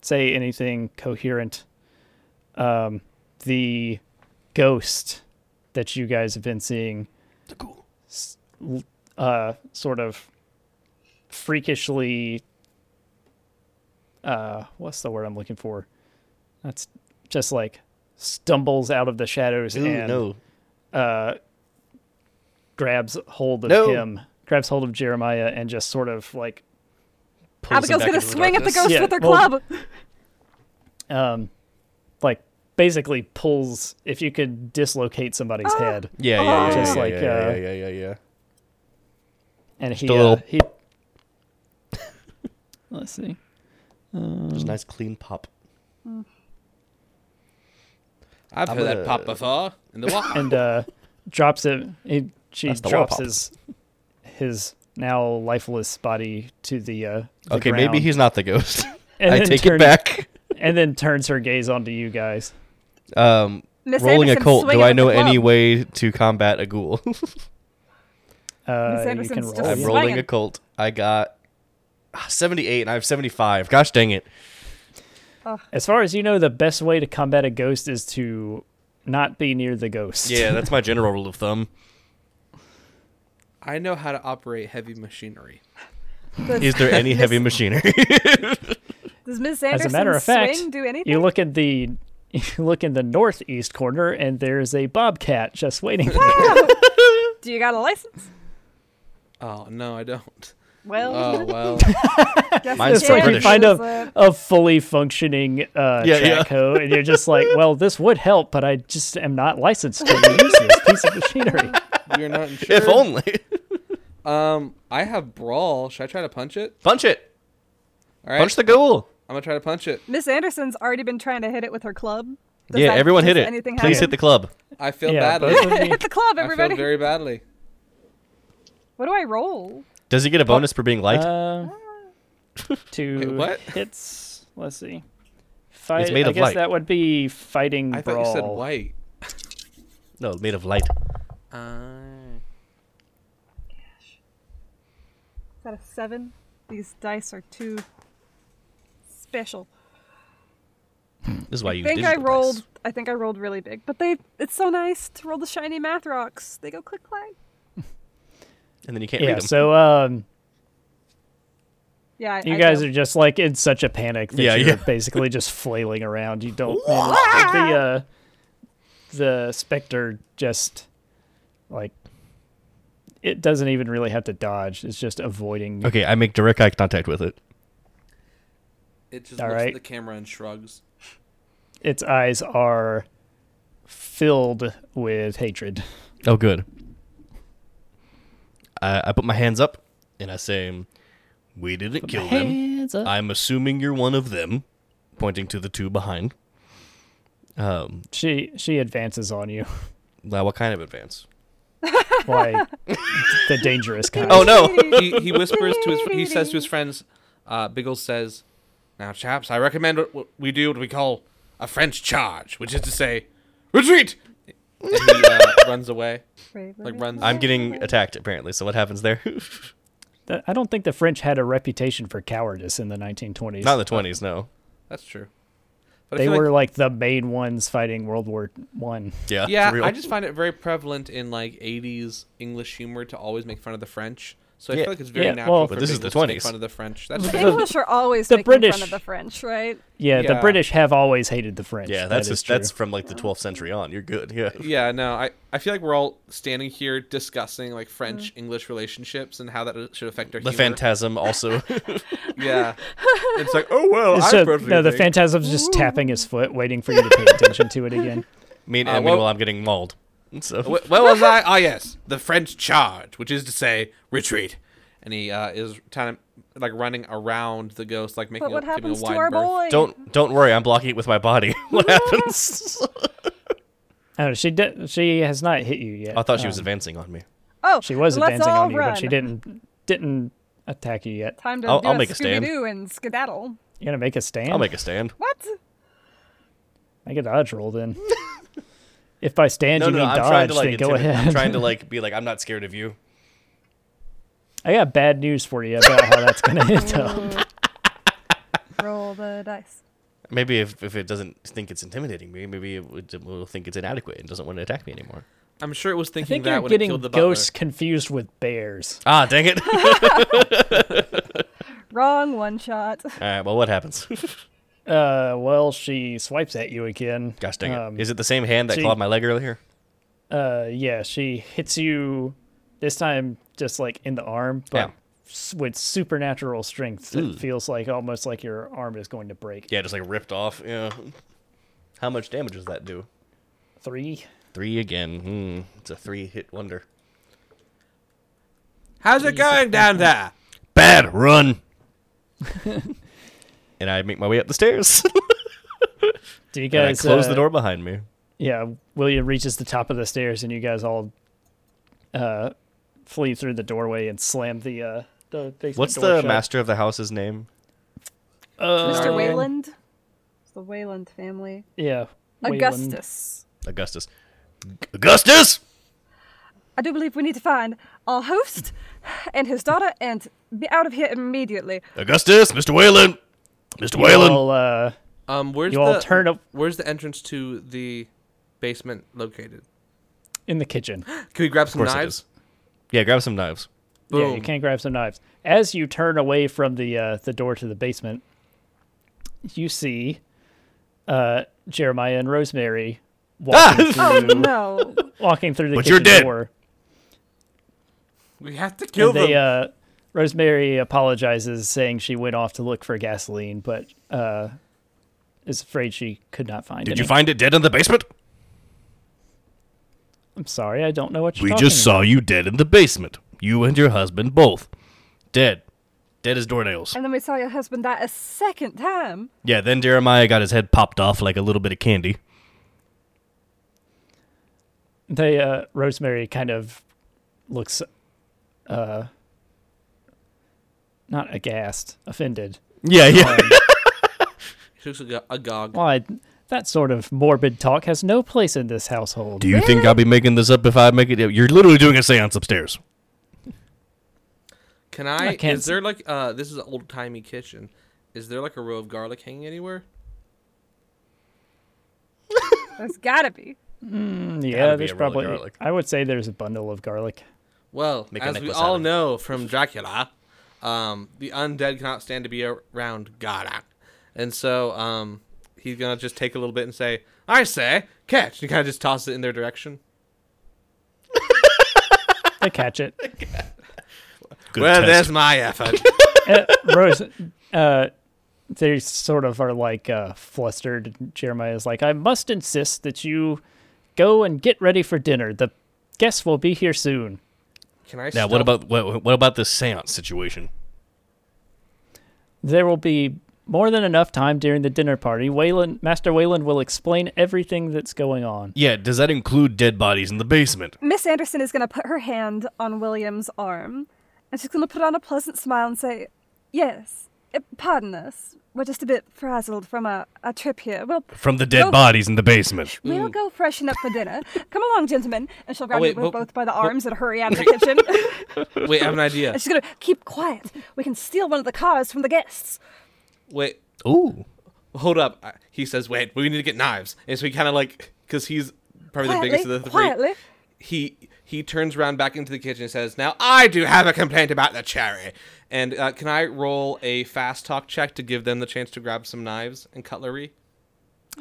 B: say anything coherent, um, the ghost that you guys have been seeing, s- l- uh, sort of freakishly, uh, what's the word I'm looking for? That's just like stumbles out of the shadows
E: Ooh,
B: and
E: no.
B: grabs hold of
F: No.
B: him, grabs hold of Jeremiah, and just sort of like
F: Pulls him
D: Abigail's
F: back
D: gonna
F: into the
D: swing at the
F: darkness.
D: ghost
B: Yeah,
D: with her
B: well-
D: club.
B: like basically pulls if you could dislocate
D: Ah.
B: somebody's head
E: Yeah, yeah, yeah,
B: Just
E: yeah,
B: like,
E: yeah,
B: uh,
E: yeah, yeah, yeah, yeah.
B: and he
E: a
B: uh,
E: little-
B: he let's see
E: Just nice clean pop.
C: I've
E: I'm
C: heard that
E: gonna-
C: pop before in the wa. <laughs>
B: and uh drops it he, she
E: That's the
B: drops
E: wop-hop.
B: his his now lifeless body to the uh the
E: Okay, maybe
B: ground,
E: he's not the ghost.
B: And
E: I
B: then
E: take
B: turn-
E: it back.
B: and then turns her gaze onto you guys
E: Um,
D: Miss
E: <laughs> rolling
D: Anderson
E: a cult. Do
D: swinging
E: I
D: at the
E: know any
D: club.
E: way to combat a ghoul?
B: uh you can
D: Anderson's
B: roll
D: just
E: <laughs> I'm
D: Swinging.
E: rolling a cult. I got ah, 78 and I have 75. Gosh dang it.
B: as far as you know the best way to combat a ghost is to not be near the ghost
E: Yeah, that's my general rule of thumb.
C: I know how to operate heavy machinery.
D: Does,
E: Is there any heavy machinery? <laughs>
D: does Miss
B: as
D: Anderson
B: a matter of fact
D: swing do anything?
B: you look at the <laughs> you look in the northeast corner and there's a bobcat just waiting
D: <laughs>
B: for you.
D: do you got a license?
C: Oh no, I don't.
D: Well,
E: <laughs>
C: Oh well.
D: guess
E: Uh,
D: Uh,
E: Mine's
D: the
E: still
B: It's like you
D: chance
E: British.
B: find
D: is
B: a,
D: that-
B: a fully functioning uh,
E: Yeah, yeah.
B: track hoe, and you're just like, well, this would help, but I just am not licensed to use this piece of machinery.
C: You're not insured.
E: if only.
C: Um, I have brawl. Should I try to punch it?
E: Punch it.
C: All right,
E: Punch the ghoul.
C: I'm gonna try to punch it.
D: Miss Anderson's already been trying to hit it with her club. Does
E: yeah,
D: that-
E: everyone
D: does
E: hit it.
D: Anything
E: Please hit
D: happen?
E: the club.
C: I feel
B: yeah,
C: badly.
B: both of you-
D: <laughs> hit the club,
C: <laughs> I feel
D: everybody.
C: very badly.
D: What do I roll?
E: Does he get a bonus for being light?
B: <laughs> Uh, two
C: Wait, what?
B: hits. Let's see. Fight,
E: made
B: I
E: of
B: guess
E: light.
B: that would be fighting
C: I thought
B: brawl.
C: you said white.
E: no, made of light.
C: Uh,
D: Is that a seven? These dice are too special.
E: This is why you
D: I think I
E: digital dice.
D: rolled. I think I rolled really big, but they—it's so nice to roll the shiny math rocks. They go click clack.
E: And then you can't
B: Yeah.
E: read them.
B: So um,
D: Yeah, I,
B: you
D: I
B: guys
D: know.
B: are just like in such a panic that
E: Yeah,
B: you're
E: yeah.
B: basically just flailing around. You don't manage- the uh, the specter just like it doesn't even really have to dodge. It's just avoiding.
E: okay, I make direct eye contact with it.
C: it just
B: All
C: looks
B: right.
C: at the camera and shrugs.
B: Its eyes are filled with hatred.
E: Oh, good. I, I put my hands up and I say, We didn't kill them. I'm assuming you're one of them, pointing to the two behind. Um,
B: She she advances on you
E: now what kind of advance?
B: like the dangerous kind.
E: Oh no!
C: he, he whispers to his. He says to his friends. Uh, Biggles says, "Now, chaps, I recommend what- what we do what we call a French charge, which is to say, retreat." And he <laughs> uh, runs away.
D: Bravery.
C: Like runs.
E: I'm getting attacked apparently. So what happens there? <laughs>
B: Th- I don't think the French had a reputation for cowardice in the 1920s.
E: Not in the twenties, no.
C: That's true. But I
B: they
C: feel
B: were
C: like-
B: like the main ones fighting World War One.
E: Yeah,
C: yeah,
E: for real.
C: I just find it very prevalent in like '80s English humor to always make fun of the French. So I
E: Yeah.
C: feel like it's very
B: Yeah,
C: natural.
B: well-
C: for
E: But this is the
C: Biggles to make
E: 20s.
C: Fun of the French. <laughs> That's
D: The
C: true.
D: English are always
B: the
D: making fun
B: British-
D: of the French, right?
B: Yeah, the
C: Yeah.
B: British have always hated the French.
E: yeah. That's
B: that is
E: just, that's
B: true.
E: from like the 12th century on. You're good. Yeah.
C: Yeah, no, I, I feel like we're all standing here discussing like French
D: Mm-hmm.
C: English relationships and how that uh, should affect our
E: The
C: humor.
E: phantasm
C: <laughs>
E: also.
C: Yeah, it's like oh well, I
B: So,
C: perfectly
B: no, the
C: think-
B: phantasm's just tapping his foot, waiting for you to pay attention to it again.
E: mean,
C: Uh,
E: and
C: well-
E: meanwhile, I'm getting mauled. So
C: Wh- Where was I? Ah, yes, the French charge, which is to say retreat. And he uh, is kind of like running around the ghost, like making
D: But
C: a,
D: what
C: giving a
D: happens to
C: wide
D: our
C: berth.
D: boy?
E: don't don't worry. I'm blocking it with my body. <laughs>
C: <laughs>
E: what happens?
B: I don't know, she di- she has not hit you yet.
E: I thought she was
B: Um,
E: advancing on me.
D: Oh,
B: she was
D: let's
B: advancing
D: all
B: on you,
D: run.
B: but she didn't didn't attack you yet.
D: Time to
E: I'll-
D: do
E: I'll
D: a
E: make a stand.
D: Scooby-Doo and skedaddle.
B: You gonna make a stand?
E: I'll make a stand.
D: What?
B: Make a dodge roll then. if by stand
E: No,
B: you
E: no, no,
B: mean
E: I'm trying
B: dodge,
E: to like
B: then go
E: intimidate-
B: ahead.
E: I'm trying to like be like I'm not scared of you.
B: <laughs> I got bad news for you about how that's gonna end up.
D: Roll the dice.
E: Maybe if, if it doesn't think it's intimidating me, maybe it would- will think it's inadequate and doesn't want to attack me anymore.
C: I'm sure it was
B: I
C: thinking
B: think
C: that
B: you're
C: when it
B: getting
C: killed the
B: ghosts confused with bears.
E: Ah, dang
B: <laughs>
E: it! <laughs> All
D: Wrong one shot.
E: right, well, what happens?
B: Uh, well, she swipes at you again.
E: Gosh dang it!
B: Um,
E: Is it the same hand that
B: see-
E: clawed my leg earlier?
B: Uh, yeah, she hits you this time just like in the arm, but
E: Yeah.
B: s- with supernatural strength.
E: Ooh.
B: It feels like almost like your arm is going to break.
E: Yeah, just like ripped off.
F: Yeah. How much damage does that do?
B: Three.
E: Three again. Hmm.
F: It's a three hit wonder.
C: How's it going down there?
E: Bad run. <laughs> and I make my way up the stairs. <laughs>
B: Do you
E: and I
B: guys
E: close
B: uh,
E: the door behind me.
B: Yeah, William reaches the top of the stairs, and you guys all uh, flee through the doorway and slam the uh, the basement
E: What's
B: door
E: the
B: shut.
E: master of the house's name?
D: Mr.
B: Uh,
D: Wayland? It's the Wayland family.
B: Yeah, Wayland.
D: Augustus.
E: Augustus. Augustus!
D: I do believe we need to find our host and his daughter and be out of here immediately.
E: Augustus! Mr. Whalen! Mr.
B: You
E: Whalen!
B: all, uh,
C: Um, where's
B: You
C: the
B: all turn up-
C: Where's the entrance to the basement located?
B: in the kitchen.
C: Can we grab
E: of
C: some
E: course it
C: knives?
E: is. Yeah, grab some knives.
B: Yeah, you
C: Boom.
B: can grab some knives. As you turn away from the uh, the door to the basement, you see uh, Jeremiah and Rosemary walking
D: Oh
B: through
D: no.
B: walking through the
E: But
B: kitchen
E: you're dead.
B: door.
C: We have to kill
B: And
C: them.
B: they uh, Rosemary apologizes, saying she went off to look for gasoline, but uh, is afraid she could not find
E: Did
B: any.
E: you find it dead in the basement?
B: I'm sorry, I don't know what you're
E: We
B: talking
E: just saw you dead in the basement. You and your husband both. Dead. Dead as doornails.
D: and then we saw your husband die a second time.
E: Yeah, then Jeremiah got his head popped off like a little bit of candy.
B: about. They uh, Rosemary kind of looks, uh, not aghast, offended.
E: Yeah, yeah.
B: uh,
C: She looks like a, a gog.
B: Why that sort of morbid talk has no place in this household.
E: Do you think I'll be making this up if I make it? You're literally doing a seance upstairs.
C: Can I?
B: can't
C: is there like uh? This is an old timey kitchen. Is there like a row of garlic hanging anywhere?
D: There's gotta be.
B: yeah,
F: be
B: there's
F: a roll of
B: probably.
F: garlic.
B: I would say there's a bundle of garlic.
C: Well,
F: Make a
C: as we
F: necklace
C: all
F: out of it.
C: know from Dracula, um, the undead cannot stand to be around God. And so um, he's going to just take a little bit and say, I say, catch. And kind of just toss it in their direction.
B: They catch it. <laughs>
E: Good
C: well,
E: test.
C: there's
E: <laughs>
C: my effort.
B: uh, Rose, uh, they sort of are like uh, flustered. Jeremiah is like, I must insist that you go and get ready for dinner. The guests will be here soon.
C: Can I
E: Now, what
C: stealth-
E: about what, what about this seance situation?
B: There will be more than enough time during the dinner party. Wayland, Master Wayland will explain everything that's going on.
E: Yeah, does that include dead bodies in the basement?
D: Miss Anderson is gonna put her hand on William's arm and she's gonna put on a pleasant smile and say, Yes, eh, pardon us. We're just a bit frazzled from our, our trip here. We'll,
E: From the dead
D: Oh.
E: bodies in the basement.
D: we'll go freshen up for dinner. Come along, gentlemen. And she'll grab
C: wait,
D: you
C: but-
D: both by the arms and hurry out of the kitchen. <laughs>
C: Wait, I have an
E: <laughs>
C: idea.
D: And she's gonna keep quiet. We can steal one of the cars from the guests.
C: Wait,
E: Ooh.
C: hold up. I- He says, wait, we need to get knives. And so he kind of like, because he's probably the biggest of the three.
D: quietly.
C: he he turns around back into the kitchen and says, "Now I do have a complaint about the cherry." And uh, can I roll a fast talk check to give them the chance to grab some knives and cutlery?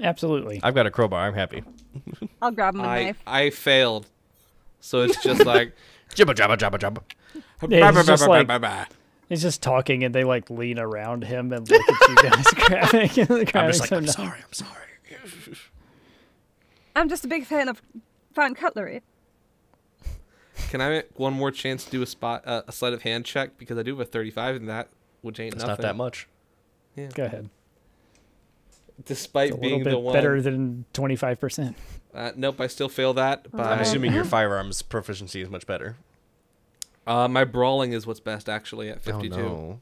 B: Absolutely.
E: I've got a crowbar. I'm happy.
D: I'll grab him a
C: I
D: knife.
C: I failed, so it's
D: <laughs>
C: just like <laughs>
E: Jibba jabba jabba jabba.
B: Yeah, he's just like-
C: "Ba-ba-ba-ba-ba-ba."
B: He's just talking, and they like lean around him and look at you
E: <laughs>
B: guys <laughs> grabbing. grabbing
E: I'm just like,
B: some
E: I'm
B: knives.
E: sorry, I'm sorry.
D: I'm just a big fan of fine cutlery.
C: Can I make one more chance to do a spot uh, a sleight of hand check because I do have a thirty-five in that, which ain't
E: It's not
C: nothing.
E: that much.
B: Go ahead.
C: Despite
B: A little
C: being the
B: bit
C: one,
B: better than twenty five percent.
C: uh, nope, I still fail
D: Oh,
C: that. But
F: I'm assuming your firearms proficiency is much better.
C: <laughs> uh, my brawling is what's best actually at fifty-two.
E: Oh,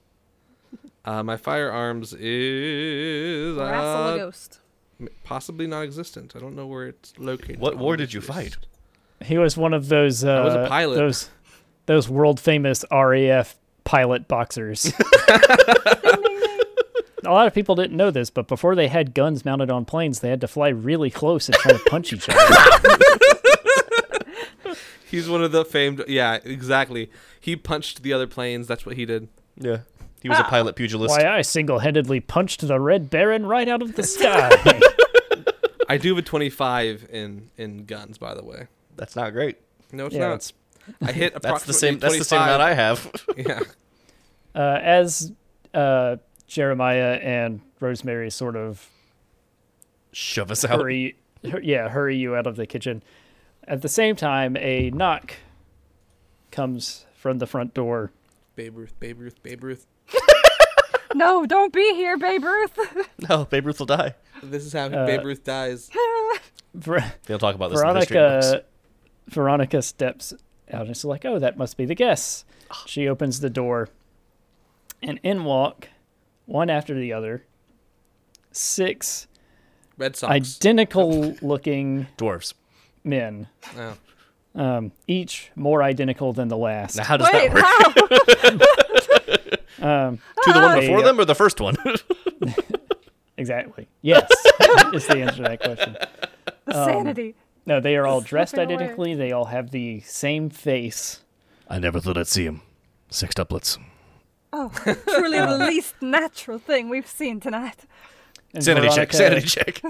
E: no.
C: uh, my firearms is
D: Wrestle a
C: uh,
D: ghost.
C: m- possibly non-existent. I don't know where it's located.
E: What
C: on
E: war
C: the
E: did you
C: list.
E: fight?
B: He was one of those. Uh,
C: was a pilot.
B: Those, those world famous RAF pilot
C: <laughs>
B: boxers. a lot of people didn't know this, but before they had guns mounted on planes, they had to fly really close and try to punch each
C: <laughs>
B: other.
C: He's one of the famed. Yeah, exactly. He punched the other planes. That's what he did.
E: Yeah. He was a pilot pugilist.
B: Why I single-handedly punched the Red Baron right
C: <laughs>
B: out of the sky.
C: I do have a 25 in in guns, by the way.
F: That's not great.
C: No, it's
B: Yeah,
C: not.
B: it's-
C: I hit approximately
F: <laughs> That's the same. That's the same
C: 25.
F: amount I have. <laughs>
C: yeah.
B: uh, as uh, Jeremiah and Rosemary sort of
F: Shove us out.
B: hurry, hur- yeah, hurry you out of the kitchen. At the same time, a knock comes from the front door.
C: Babe Ruth, Babe Ruth, Babe Ruth.
D: No, don't be here, Babe
C: <laughs>
D: Ruth.
F: No, Babe Ruth will die.
C: This is
F: Uh,
C: how Babe Ruth dies.
B: Ver-
F: They'll talk about this in the history
B: Veronica,
F: books.
B: Veronica steps out and is like, "Oh, that must be the guests."
F: Ah.
B: She opens the door, and in walk one after the other six
C: Red Sox.
B: identical-looking
F: Dwarves.
B: men,
C: Oh.
B: um, each more identical than the last.
F: Now, how does
D: Wait,
F: that work?
C: <laughs>
D: how?
F: To the one
B: Ah.
F: before
B: Yeah.
F: them or the first
B: <laughs>
F: one?
B: Exactly. Yes, is the answer to that question.
D: The sanity.
B: No, they are all dressed
D: flipping away.
B: identically. They all have the same face.
E: I never thought I'd see him. Sextuplets.
D: Oh, Truly the
C: <laughs>
D: least natural thing we've seen tonight.
B: And
E: Sanity check.
B: Veronica- <laughs>
E: Sanity check.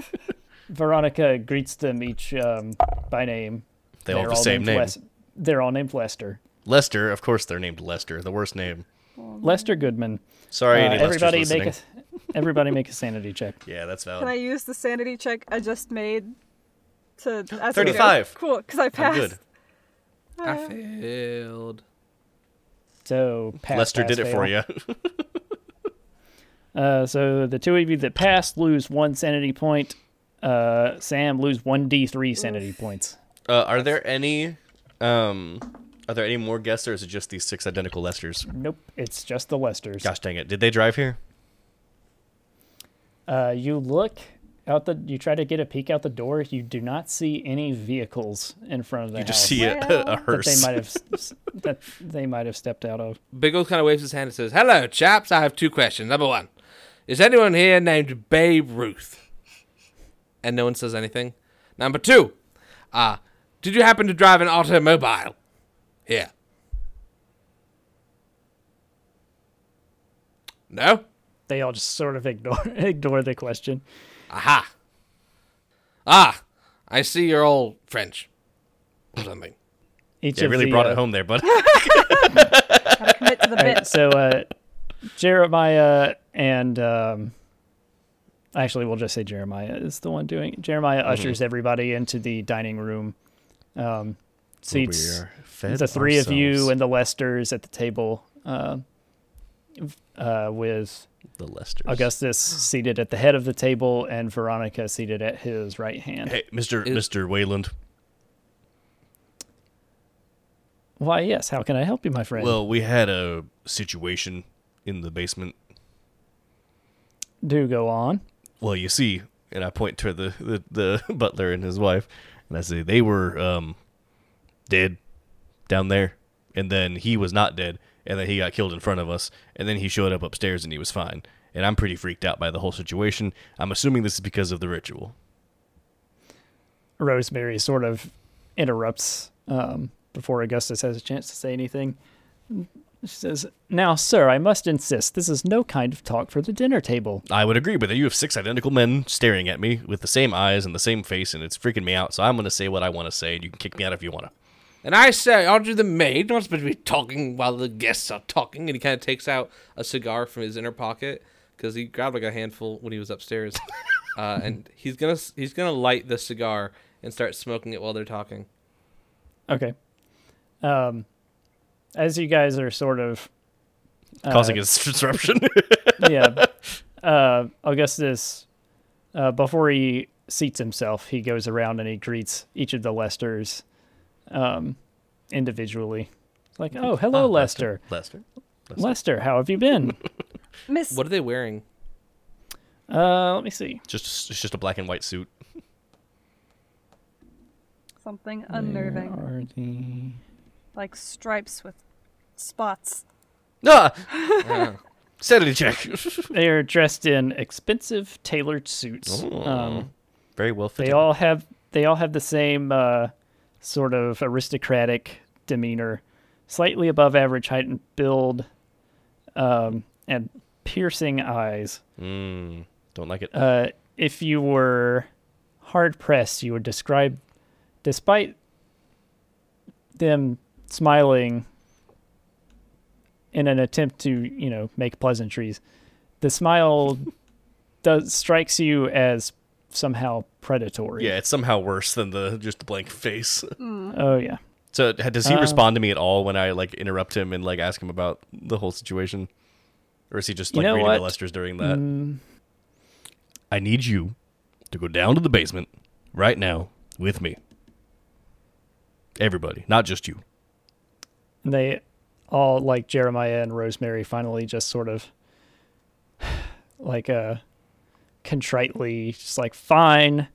B: Veronica greets them each um, by name.
E: They all
B: They're
E: have the same
B: named
E: name.
B: Wes- they're all named Lester.
E: Lester. Of course, they're named Lester. The worst name.
B: Lester Goodman.
E: Sorry,
B: Uh,
E: any Lesters
B: everybody
E: listening.
B: make a everybody make a sanity check.
E: Yeah, that's
D: Can I
E: valid.
D: use the sanity check I just made to as we go?
F: 35.
D: Cool, because I
E: I'm
D: passed.
E: good.
C: I failed.
B: So pass,
E: Lester
B: pass,
E: did it for
B: fail.
E: you.
B: Uh, so the two of you that pass lose one sanity point. Uh, Sam lose one d three sanity points.
E: Uh, are there any? Um, are there any more guests, or is it just these six identical Lesters?
B: Nope, it's just the Lesters.
E: Gosh dang it! Did they drive here?
B: Uh, you look out the. You try to get a peek out the door. You do not see any vehicles in front of the
E: You
B: house
E: just see <laughs> a,
D: Well-
E: a
B: that they
E: hearse.
B: might have s- s- that they might have stepped out of.
C: Big Biggles kind of waves his hand and says, Hello, chaps. I have two questions. Number one, is anyone here named Babe Ruth? And no one says anything. Number two, uh, did you happen to drive an automobile here? No?
B: They all just sort of ignore <laughs> ignore the question.
C: Aha. Ah, I see you're all French. Or something.
B: Each
E: Yeah,
B: of
E: really
B: the,
E: brought
B: uh,
E: it home
B: <laughs>
E: there, but
D: Commit to the bit.
B: so uh, Jeremiah and um, actually, we'll just say Jeremiah is the one doing. it. Jeremiah
E: Mm-hmm.
B: ushers everybody into the dining room. Um, seats the three of you and the Lesters at the table. Uh, uh, with
E: the Lesters.
B: Augustus seated at the head of the table and Veronica seated at his right hand.
E: Hey, Mister
C: Is-
E: Mister Wayland.
B: Why, yes. How can I help you, my friend?
E: Well, we had a situation in the basement.
B: Do go on.
E: Well, you see, and I point to the the, <laughs> the butler and his wife, and I say they were um dead down there, and then he was not dead, and then he got killed in front of us, and then he showed up upstairs and he was fine. And I'm pretty freaked out by the whole situation. I'm assuming this is because of the ritual.
B: Rosemary sort of interrupts um, before Augustus has a chance to say anything. She says, Now, sir, I must insist this is no kind of talk for the dinner table.
E: I would agree, but then you have six identical men staring at me with the same eyes and the same face, and it's freaking me out. So I'm gonna say what I want to say, and you can kick me out if you want to.
C: And I say, aren't you the maid? You're not supposed to be talking while the guests are talking. And he kind of takes out a cigar from his inner pocket because he grabbed like a handful when he was upstairs. <laughs> uh, and he's gonna he's gonna light the cigar and start smoking it while they're talking.
B: Okay. Um, as you guys are sort of,
E: Causing a <laughs> disruption.
B: <laughs> yeah, uh, Augustus, uh, before he seats himself, he goes around and he greets each of the Lesters um, individually. Like, oh, hello, Lester.
E: Lester.
B: Lester, how have you <laughs> been?
D: Miss
C: What are they wearing?
B: Uh, let me see.
E: Just it's just a black and white suit.
D: something unnerving,
B: Are the-
D: like stripes with spots.
E: <laughs> Ah,
C: Ah.
E: sanity check. <laughs>
B: They are dressed in expensive tailored suits. Um,
E: Very well
B: they
E: fitted.
B: all have they all have the same uh, sort of aristocratic demeanor, slightly above average height and build, um, and piercing eyes.
E: Mm, don't like it.
B: Uh, if you were hard pressed, you would describe, despite them smiling in an attempt to, you know, make pleasantries, the smile <laughs> does strikes you as somehow predatory.
E: Yeah, it's somehow worse than the just the
B: <laughs>
E: blank face.
B: Oh yeah.
E: So ha- does he
B: Um,
E: respond to me at all when I like interrupt him and like ask him about the whole situation, or is he just
B: You
E: like
B: know
E: reading
B: what? Mm.
E: the lesters during that? I need you to go down to the basement right now with me. Everybody, not just you.
B: And they all like Jeremiah and Rosemary finally just sort of <sighs> like uh contritely just like fine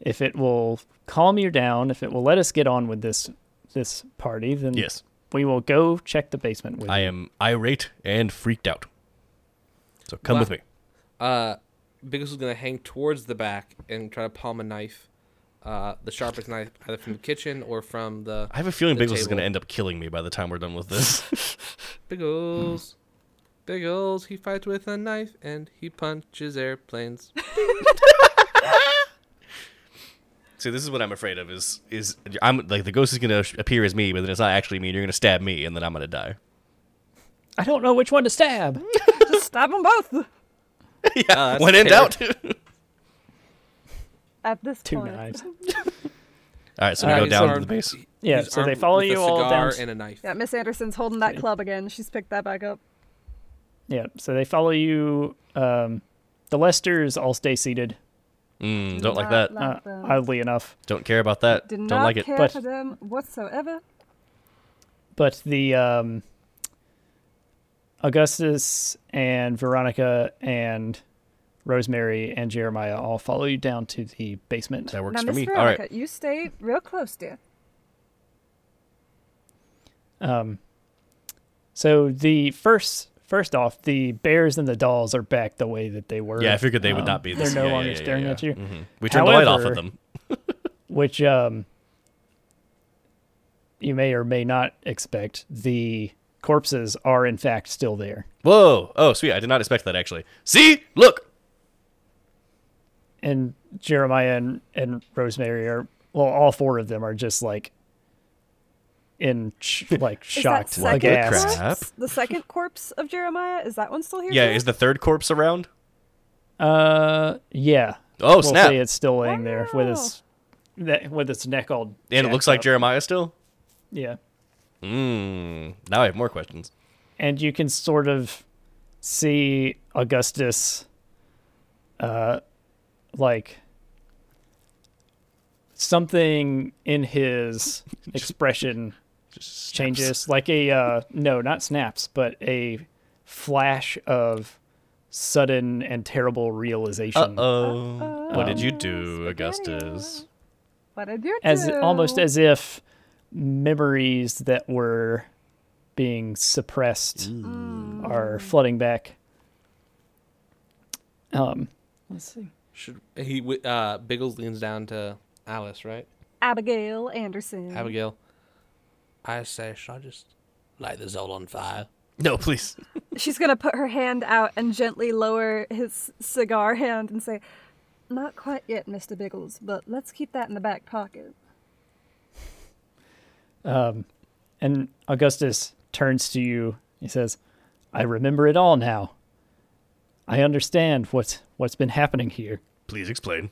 B: if it will calm you down, if it will let us get on with this this party, then
E: Yes,
B: we will go check the basement with
E: I
B: you."
E: am irate and freaked out. So come
C: Wow.
E: with me.
C: Uh, Biggles is gonna hang towards the back and try to palm a knife, uh, the sharpest knife either from the kitchen or from the
E: I have a feeling
C: The
E: Biggles is
C: table.
E: going to end up killing me by the time we're done with this. <laughs>
C: Biggles. Biggles, he fights with a knife and he punches airplanes.
E: See, this is what I'm afraid of is is I'm like the ghost is gonna sh- appear as me, but then it's not actually me. and You're gonna stab me, and then I'm gonna die.
B: I don't know which one to stab.
D: Just stab them both
E: <laughs> yeah,
C: that's
E: when in
C: fair.
E: doubt. <laughs> All
D: at this
B: Two
D: point.
B: knives.
E: right, so we
B: Alright,
E: go
C: He's
E: down to
C: armed-
E: the base.
C: he-
B: Yeah,
C: he's
B: so they
C: armed
B: follow
C: with a
B: you all
C: cigar
B: down-
C: and a knife.
D: Yeah, Miss Anderson's holding that club again. She's picked that back up.
B: Yeah, so they follow you. Um, the Lesters all stay seated,
E: Mm, don't like
D: Not
E: that.
B: uh,
D: like them.
B: oddly enough.
E: Don't care about that.
D: Did
E: Don't
D: not
E: like it.
D: care
B: but-
D: for them whatsoever.
B: But the um, Augustus and Veronica and Rosemary and Jeremiah all follow you down to the basement.
E: That works
D: Now,
E: for
D: Miss
E: me. All
D: Veronica,
E: right.
D: you stay real close, dear.
B: So the first, first off, the bears and the dolls are back the way that they were.
E: Yeah, I figured they would
B: Um,
E: not be.
B: They're
E: This.
B: no
E: yeah,
B: longer
E: yeah, yeah,
B: staring
E: yeah.
B: at you.
E: Mhm. We turned the light off
B: However-
E: of them.
B: which um you may or may not expect the corpses are in fact still there
E: Whoa! Oh, sweet. I did not expect that actually. See, look.
B: and jeremiah and, and rosemary are well all four of them are just like in
E: <laughs>
B: sh- like
D: Is
B: shocked
D: that second
E: crap?
B: aghast
D: corpse? The second corpse of Jeremiah is that one still here?
E: Yeah,
D: too?
E: is the third corpse around?
B: uh yeah
E: Oh,
B: we'll
E: snap.
B: say it's still laying there with
D: Wow.
B: its ne- with its neck all
E: And it
B: jacked
E: looks like
B: up.
E: Jeremiah still.
B: yeah
E: Mm, now I have more questions.
B: and you can sort of see Augustus, uh, like something in his expression
E: Just
B: changes, like a uh, no, not snaps, but a flash of sudden and terrible
E: Uh
B: realization,
E: oh. What
B: Um,
E: did you
D: Spaghetti.
E: do, Augustus?
D: What did you
B: as
D: do?
B: almost as if memories that were being suppressed are flooding back. Um, let's see.
C: Should he wi- uh Biggles leans down to Alice, right?
B: Mm-hmm.
D: Abigail Anderson.
C: Abigail. I say, should I just light this all on fire?
E: No, please.
D: She's gonna put her hand out and gently lower his cigar hand and say, "Not quite yet, Mister Biggles, but let's keep that in the back pocket."
B: And Augustus turns to you. He says, "I remember it all now. I understand what's what's been happening here.
E: Please explain.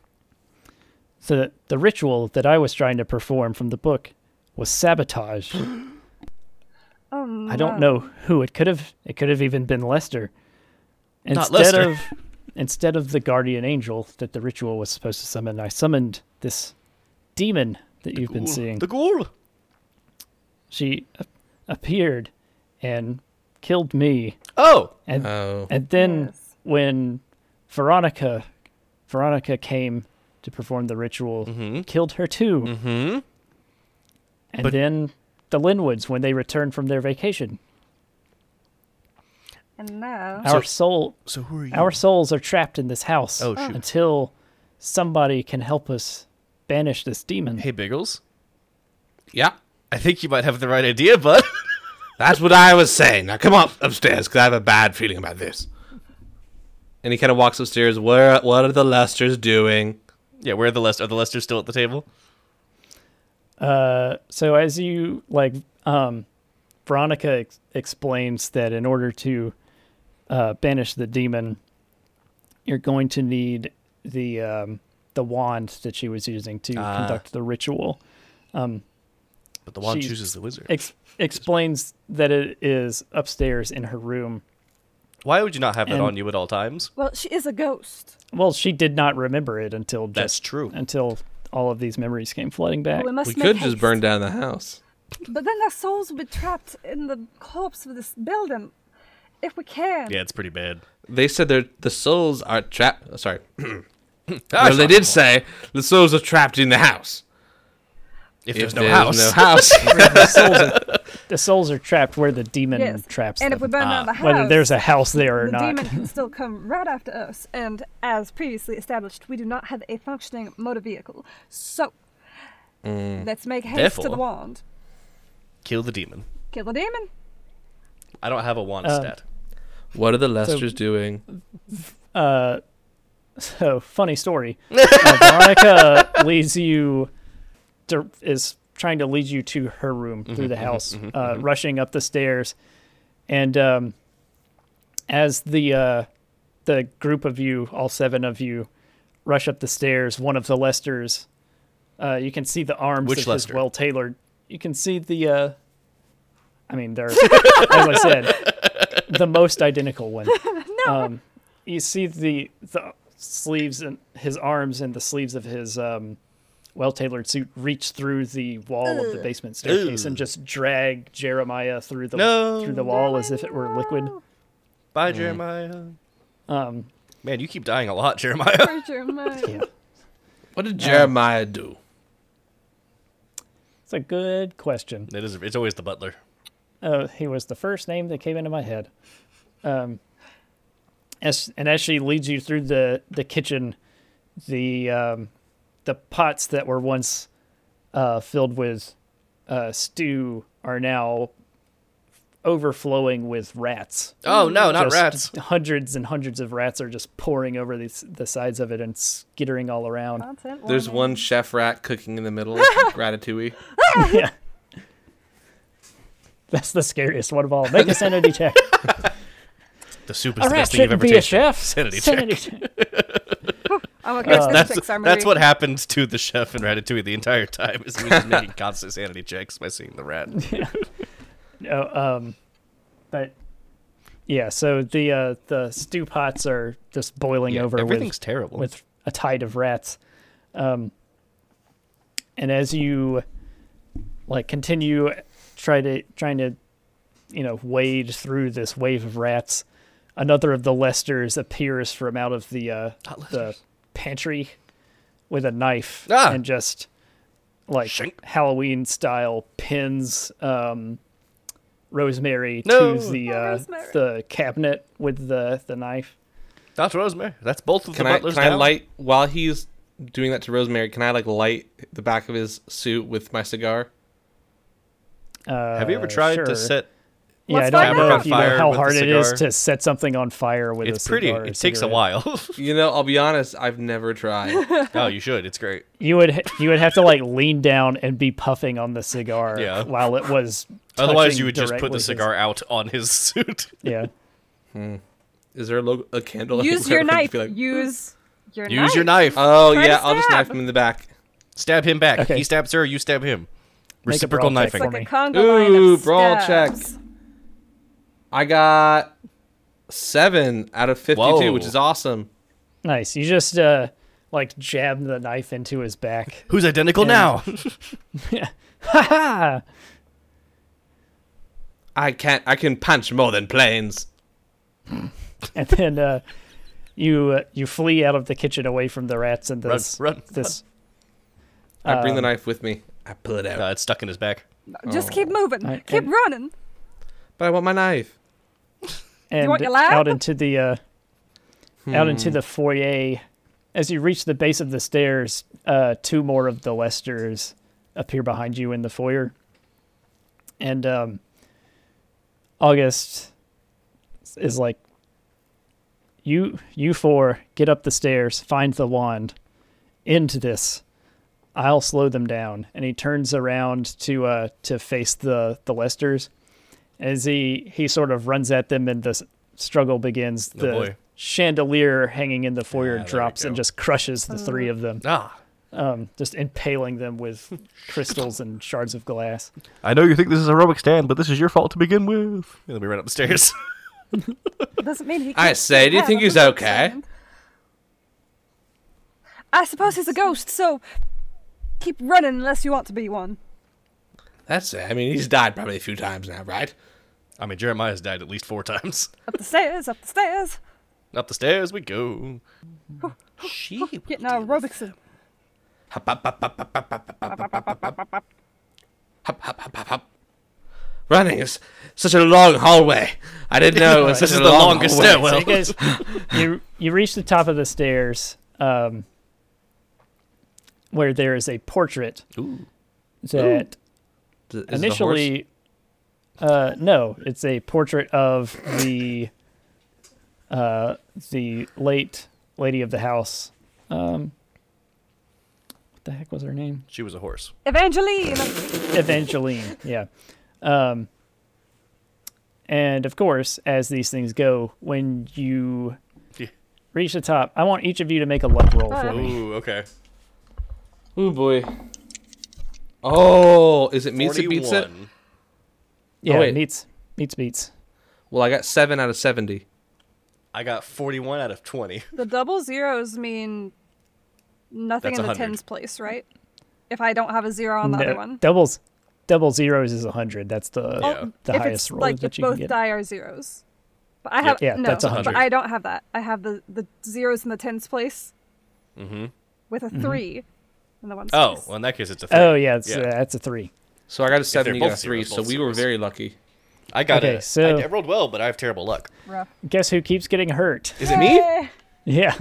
B: So that the ritual that I was trying to perform from the book was sabotage.
E: <gasps>
D: Oh no!
B: I don't know who it could have. It could have even been Lester. Instead
E: Lester.
B: of instead of the guardian angel that the ritual was supposed to summon, I summoned this demon that you've been
E: Ghoul.
B: seeing.
E: The ghoul.
B: She a- appeared and killed me,
E: Oh,
B: and
C: Oh.
B: and then
D: Yes.
B: when Veronica Veronica came to perform the ritual, killed her too. Mm-hmm. And
E: But-
B: then the Linwoods, when they returned from their vacation,
D: And now,
B: our soul
E: so who are you?
B: Our souls are trapped in this house
E: Oh, shoot.
B: until somebody can help us banish this demon.
E: hey, Biggles.
C: Yeah.
E: I think you might have the right idea, bud. <laughs>
C: That's what I was saying. Now come up upstairs, because I have a bad feeling about this. And he kind of walks upstairs. Where? What are the Lesters doing?
E: yeah, where are the Lester? Are the Lesters still at the table?
B: Uh, so as you like, um, Veronica ex- explains that in order to uh, banish the demon, you're going to need the um, the wand that she was using to
E: Ah.
B: conduct the ritual.
E: But the wand
B: She-
E: chooses the wizard.
B: Ex- explains that it is upstairs in her room.
E: Why would you not have that
B: and-
E: on you at all times?
D: Well, she is a ghost.
B: Well, she did not remember it until just,
E: That's true.
B: Until all of these memories came flooding back.
D: But we must
C: We
D: make
C: could
D: haste.
C: just burn down the house.
D: But then our souls will be trapped in the corpse of this building, if we can.
E: Yeah, it's pretty bad.
C: They said their the souls are trapped. oh, <clears throat> sorry. well, they did say the souls are trapped in the house.
E: If,
C: If
E: there's no house,
C: No house. <laughs>
B: the, souls are, the souls are trapped where the demon
D: Yes.
B: traps
D: and
B: them.
D: if we burn down the house,
B: whether there's a house there or
D: the
B: not.
D: demon
B: <laughs>
D: can still come right after us. And as previously established, we do not have a functioning motor vehicle. So let's make haste to
E: Mm. Therefore-
D: the wand.
E: kill the demon.
D: Kill the demon.
E: I don't have a wand
B: Um,
E: stat.
C: what are the Lesters doing?
B: Uh, <laughs> so funny
E: <laughs>
B: story. Uh, Veronica leads you to, is trying to lead you to her room
E: Mm-hmm,
B: through the house, uh, rushing up the stairs, and um, as the uh, the group of you, all seven of you, rush up the stairs, one of the Lesters, uh, you can see the arms
E: Which
B: of
E: Lester?
B: his well tailored. You can see the. Uh, I mean,
E: <laughs>
B: they're as I said, the most identical one Um, you see the the sleeves and his arms and the sleeves of his um, well tailored suit reach through the wall of the basement staircase and just drag Jeremiah through the
E: No.
B: through the wall as if it were liquid.
E: Bye, Jeremiah. Um, man, you keep dying a lot, <laughs> Jeremiah.
D: Where's your mind?
B: <laughs>
C: What did Jeremiah do?
B: It's a good question.
E: It is. It's always the butler.
B: Uh, he was the first name that came into my head. Um, as and as she leads you through the the kitchen, the um, the pots that were once uh, filled with uh, stew are now overflowing with rats.
E: Oh no, not
B: Just
E: rats.
B: Hundreds and hundreds of rats are just pouring over these the sides of it and skittering all around.
D: Content
C: There's
D: warning.
C: one chef rat cooking in
B: <laughs>
C: the middle of Ratatouille.
B: yeah. That's the scariest one of all. Make a sanity
E: <laughs>
B: check.
E: The soup is
B: a
E: the
B: rat
E: best thing you've
B: shouldn't
E: ever
B: be a
E: tasted.
B: chef.
E: Sanity check.
B: <laughs> check.
D: I'm okay. Uh,
E: That's,
D: summary.
E: that's what happens to the chef in Ratatouille the entire time is
B: <laughs>
E: he's just making constant sanity checks by seeing the rat.
B: No, um, but yeah. So the uh, the stew pots are just boiling
E: Yeah,
B: over
E: everything's
B: with
E: terrible.
B: with a tide of rats. Um, and as you like continue try to trying to you know wade through this wave of rats, another of the Lesters appears from out of the uh, the pantry with a knife
E: Ah!
B: and just like
E: Shink.
B: Halloween style pins um, Rosemary
E: No.
B: to the
D: Oh,
B: uh,
D: Rosemary.
B: the cabinet with the the knife.
E: Not Rosemary. That's both of
C: Can
E: the
C: I
E: butlers
C: can I
E: now.
C: light while he's doing that to Rosemary? Can I like light the back of his suit with my cigar?
B: Uh,
E: Have you ever tried
B: sure.
E: to set?
B: Yeah, I
D: Let's
B: don't
D: find
B: know
D: out.
B: if you know
E: Fire
B: how
E: with a
B: hard it is
E: cigar.
B: to set something on fire with a
E: It's
B: cigar.
E: pretty.
B: or
E: It takes a
B: cigarette.
E: while.
B: <laughs>
C: You know, I'll be honest, I've
D: <laughs>
C: never tried.
E: oh, you should. It's great.
B: You would ha- you would have to like lean down and be puffing on the cigar
E: Yeah.
B: while it was.
E: Otherwise,
B: touching
E: you would just put
B: directly
E: the
B: his-
E: cigar out on his suit.
B: Yeah.
C: Is there a, lo- a
E: <laughs>
C: candle?
D: Use
C: anywhere
D: your
C: where I
D: knife.
C: could be like-
D: Use your
E: Use
D: knife.
E: your
B: Uh,
E: knife.
C: oh
D: Try to
C: yeah, I'll just
D: stab.
C: knife him in the back.
E: stab him back.
B: Okay.
E: He stabs her. You stab him.
B: Make a
E: Reciprocal
B: brawl check
E: knifing.
B: for
D: Like a
B: me.
D: conga line of
C: Ooh, brawl check.
D: stabs.
C: I got seven out of fifty-two,
E: Whoa.
C: which is awesome.
B: Nice. You just uh like jab the knife into his back.
E: Who's identical now?
B: Ah,
C: I can't. I can punch more than planes.
B: and then uh, you uh, you flee out of the kitchen away from the rats and
E: Run,
B: this
E: run,
B: this
C: I
D: Um.
C: bring the knife with me. I
E: <laughs>
C: pull it out.
E: Uh, it's stuck in his back.
D: Just keep
E: Oh.
D: moving.
B: Alright,
D: keep
B: and-
D: running.
C: but I want my knife.
B: and
D: want your lab?
B: out into the uh, out into the foyer. As you reach the base of the stairs, uh, two more of the Lesters appear behind you in the foyer, and um, August is like, "You you four get up the stairs, find the wand, end this. I'll slow them down. And he turns around to uh to face the the Lesters. As he he sort of runs at them and the s- struggle begins.
E: Oh,
B: the
E: boy. Ah,
B: chandelier hanging in the foyer
E: there we
B: drops and
E: go.
B: just crushes the three of them,
E: Ah.
B: um, just impaling them with crystals and shards of glass.
E: I know you think this is a aerobic stand, but this is your fault to begin with. And then we ran upstairs.
D: It doesn't mean he.
C: I
D: can't
C: say,
D: still
C: do you
D: have
C: think
D: a
C: he's
D: good
C: okay?
D: time. I suppose he's a ghost, so keep running unless you want to be one.
C: That's it. I mean, he's died probably a few times now, right?
E: <laughs> I mean, Jeremiah's died at least four times. <laughs>
D: Up the stairs, up the stairs,
E: Up the stairs we go. Oh,
C: She will
D: getting
C: deal
D: our
C: with
D: aerobics in.
C: Hop, hop, hop, hop, hop, hop, hop, hop, hop, hop, hop, hop, hop, hop. Hop, hop, hop, hop, hop. Running is such a long hallway. I didn't know it <laughs> was
E: This
C: such
E: is
C: a
E: the
C: long
E: longest stairwell.
C: hallway.
B: So you
C: <laughs>
B: guys, you you reach the top of the stairs, um, where there is a portrait
C: Ooh.
B: that
C: Is it a horse?
B: initially uh no it's a portrait of the uh the late lady of the house um what the heck was her name
E: <laughs> She was a horse.
C: <laughs>
D: Evangeline!
B: Evangeline, yeah. Um, and of course, as these things go, when you
E: Yeah.
B: reach the top, I want each of you to make a luck roll
D: Oh,
B: for me.
E: Ooh, okay.
C: Ooh boy. Oh, is it meets it beats it?
E: 41.
B: Yeah,
C: Oh, wait.
B: meets meets beats.
C: Well, I got seven out of seventy.
E: I got 41 out of <laughs> 20.
D: the double zeros mean nothing
E: That's
D: in the
E: 100.
D: tens place, right? If I don't have a zero on the other
B: No,
D: one.
B: Doubles double zeros is hundred. That's the
E: Yeah.
B: the
D: Oh, if
B: highest
D: it's
B: roll
D: like
B: that
D: if
B: you can
D: both
B: get.
D: die are zeros. But I have
B: Yeah,
D: no,
B: that's a
D: but
E: hundred.
D: I don't have that. I have the the zeros in the tens place. With
B: Mm-hmm.
D: a 3 in the ones.
E: Mm-hmm. Oh,
D: place.
E: well, in that case, it's a three.
B: oh yeah, it's,
E: Yeah.
B: uh, that's a three.
C: So I got a seven. You
E: both
C: got a three.
E: zeros,
C: so
E: both
C: we were
E: zeros.
C: very lucky.
E: I got
B: Okay,
E: it.
B: so-
E: I, I rolled well, but I have terrible luck.
D: Rough.
B: Guess who keeps getting hurt? <laughs>
C: Is it me?
D: Eh,
B: Yeah.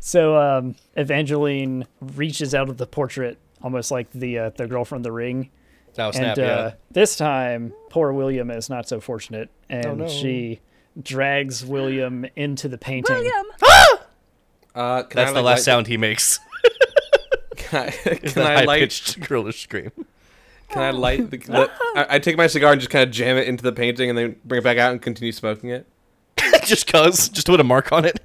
B: So um, Evangeline reaches out of the portrait, almost like the uh, the girl from the ring,
E: Now
B: and
E: snap, yeah.
B: uh, this time, poor William is not so fortunate,
C: Oh,
B: and
E: no.
B: she drags William into the painting.
D: William,
C: Uh, can
E: That's
C: I,
E: the
C: like,
E: last
C: light-
E: sound he makes.
C: <laughs>
E: <laughs>
C: Can I, can
E: That
C: I light?
E: high-pitched <laughs> girlish scream.
C: Can I light
B: <laughs>
C: the? the I, I take my cigar and just kind of jam it into the painting, and then bring it back out and continue smoking it.
E: just cuz. Just put a mark on it.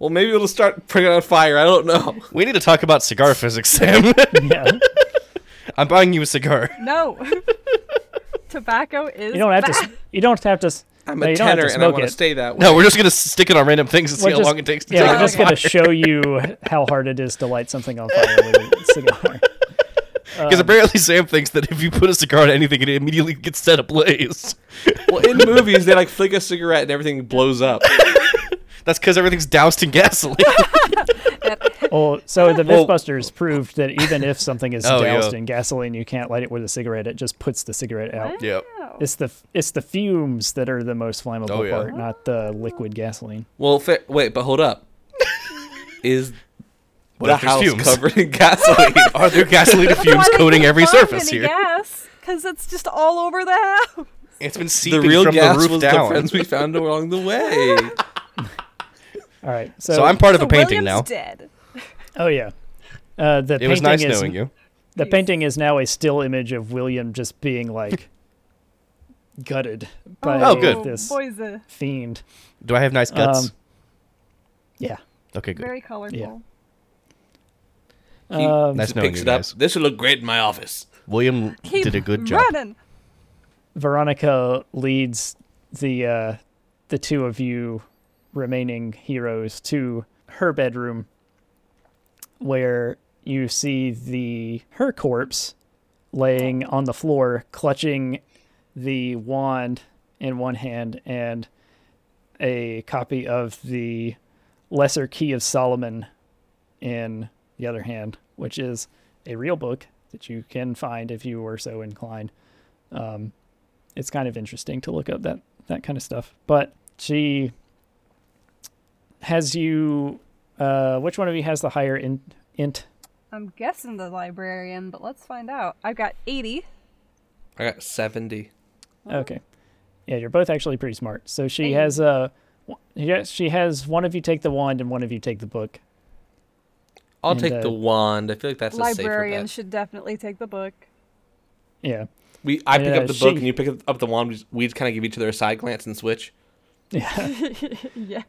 C: Well, maybe it'll start bringing on fire. I don't know.
E: <laughs> We need to talk about cigar physics, <laughs> Sam.
B: <laughs> Yeah.
E: I'm buying you a cigar.
D: no. <laughs> Tobacco is
B: You don't
D: <laughs>
B: have to. s-
D: bad.
B: You don't have to. s-
C: I'm
B: no,
C: a
B: you don't have
C: tenor,
B: to
C: and I
B: smoke
C: want to
B: it. <laughs>
C: stay that way.
E: No, we're just gonna stick it on random things and see
B: We're
E: how
B: just-
E: long it takes to
B: yeah,
E: take
B: we're
E: it
B: just
E: on
B: gonna
E: fire.
B: show you how hard it is to light something on fire with <laughs> a cigar. uh,
E: Because apparently Sam thinks that if you put a cigar on anything, it immediately gets set
B: <laughs>
E: ablaze.
C: Well,
E: <laughs>
C: in movies, they like flick a cigarette and everything blows up.
E: That's because everything's doused
B: <laughs>
E: in gasoline. <laughs>
B: Well, so the
E: Well-
B: MythBusters proved that even if something is
E: <laughs> Oh, yeah.
B: doused in gasoline, you can't light it with a cigarette. It just puts the cigarette out.
E: yep.
D: No.
E: <laughs>
B: It's the it's the fumes that are the most flammable
E: Oh, yeah.
B: part, not the liquid gasoline.
C: Well, fa- wait, but hold up. Is
E: What
C: the
E: if there's
C: house
E: fumes?
C: covered in gasoline?
E: <laughs> Are there gasoline fumes coating every surface here?
D: because it's just all over the house.
E: It's been
C: the
E: seeping
C: real
E: from
C: gas
E: the roof
C: was
E: down.
C: the friends we found along the way.
B: <laughs> All right, so,
E: so I'm part of
D: So
E: a
D: William's
E: painting now.
D: dead.
B: Oh yeah, uh, the
E: It
B: painting
E: was nice
B: is
E: knowing you.
B: the
D: Jeez.
B: painting is now a still image of William just being
E: <laughs>
B: like gutted by
E: Oh, good.
B: this
D: Boy's a
B: fiend.
E: Do I have nice guts?
B: Um, Yeah,
E: okay, good.
D: very colorful.
B: Yeah.
C: He
B: Um,
E: Nice
C: just
E: knowing
C: picks
E: you
C: it up.
E: guys.
C: This will look great in my office.
E: William
D: Keep
E: did a good job.
D: running.
B: Veronica leads the uh, the two of you remaining heroes to her bedroom, where you see the her corpse laying on the floor, clutching the wand in one hand and a copy of the Lesser Key of Solomon in the other hand, which is a real book that you can find if you were so inclined it's kind of interesting to look up that that kind of stuff. But she has you. Uh, which one of you has the higher in, int?
D: I'm guessing the librarian, but let's find out. I've got 80.
C: I got 70.
B: Okay, yeah, you're both actually pretty smart. So she has uh, w- yes, she has one of you take the wand and one of you take the book.
C: I'll
B: And,
C: take
B: uh,
C: the wand. I feel like that's a safer
D: Librarian
C: bet.
D: should definitely take the book.
B: Yeah.
C: We, I pick
B: Yeah,
C: up the book
B: she-
C: and you pick up- up the wand. We just, we just kind of give each other a side glance and switch.
B: Yeah.
D: Yeah.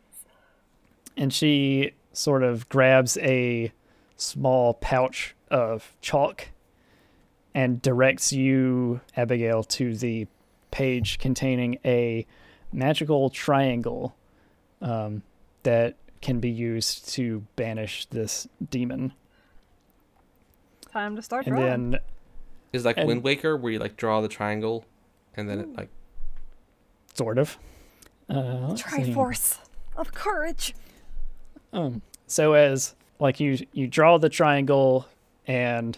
B: and she sort of grabs a small pouch of chalk and directs you, Abigail, to the page containing a magical triangle um, that can be used to banish this demon.
D: Time to start
B: And
D: drawing.
B: then,
C: Is like
B: And-
C: Wind Waker where you like draw the triangle, and then it like
B: sort of. Uh, let's see.
D: Triforce of courage.
B: Um, so as like you you draw the triangle and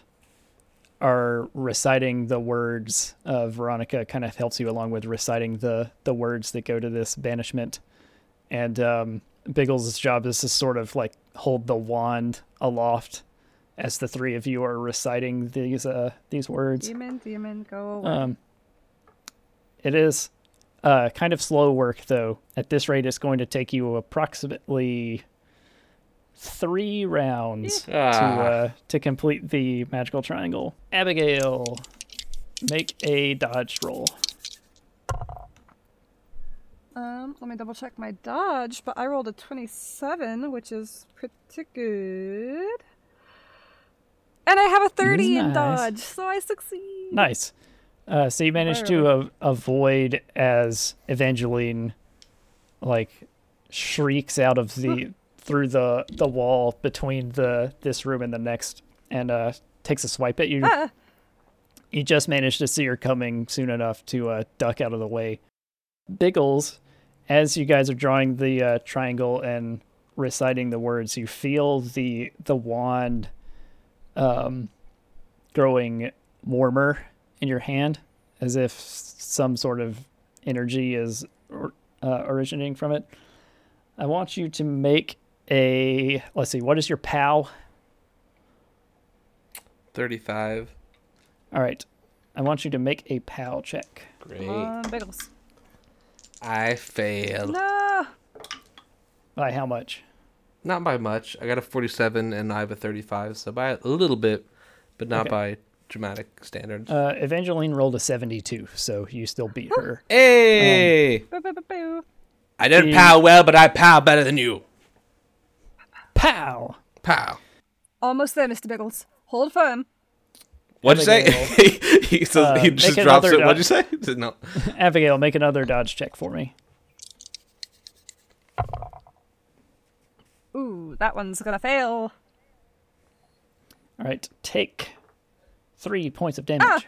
B: are reciting the words. Uh, Veronica kind of helps you along with reciting the the words that go to this banishment. And um, Biggles' job is to sort of like hold the wand aloft as the three of you are reciting these uh, these words.
D: Demon, demon, go away.
B: Um, it is uh, kind of slow work, though. At this rate, it's going to take you approximately three rounds to
C: Ah.
B: uh, to complete the magical triangle. Abigail, make a dodge roll.
D: Um, let me double check my dodge, but I rolled a 27, which is pretty good. And I have a 30
B: nice.
D: in dodge, so I succeed.
B: Nice. Uh, so you managed to uh, avoid as Evangeline, like, shrieks out of the through the the wall between the this room and the next, and uh, takes a swipe at you.
D: Ah.
B: You just managed to see her coming soon enough to uh, duck out of the way. Biggles, as you guys are drawing the uh, triangle and reciting the words, you feel the the wand um, growing warmer in your hand, as if s- some sort of energy is or- uh, originating from it. I want you to make a. Let's see, what is your POW?
C: thirty-five.
B: All right. I want you to make a POW check.
C: Great.
D: Come on, Um, Biggles.
C: I failed.
D: No!
B: By how much?
C: Not by much. I got a forty-seven and I have a thirty-five, so by a little bit, but not
B: Okay.
C: by dramatic standards.
B: Uh, Evangeline rolled a 72, so you still beat her.
C: hey,
B: um,
D: Boo, boo, boo, boo.
C: I didn't
B: the-
C: pow well, but I pow better than you.
B: POW!
C: Pow.
D: Almost there, Mr. Biggles. Hold firm.
C: What'd you say? <laughs> he says
B: Uh,
C: he just
B: make
C: drops
B: another
C: it.
B: dot.
C: What'd you say? <laughs> He said, no.
B: Abigail, make another dodge check for me.
D: Ooh, that one's gonna fail.
B: All right. Take three points of damage.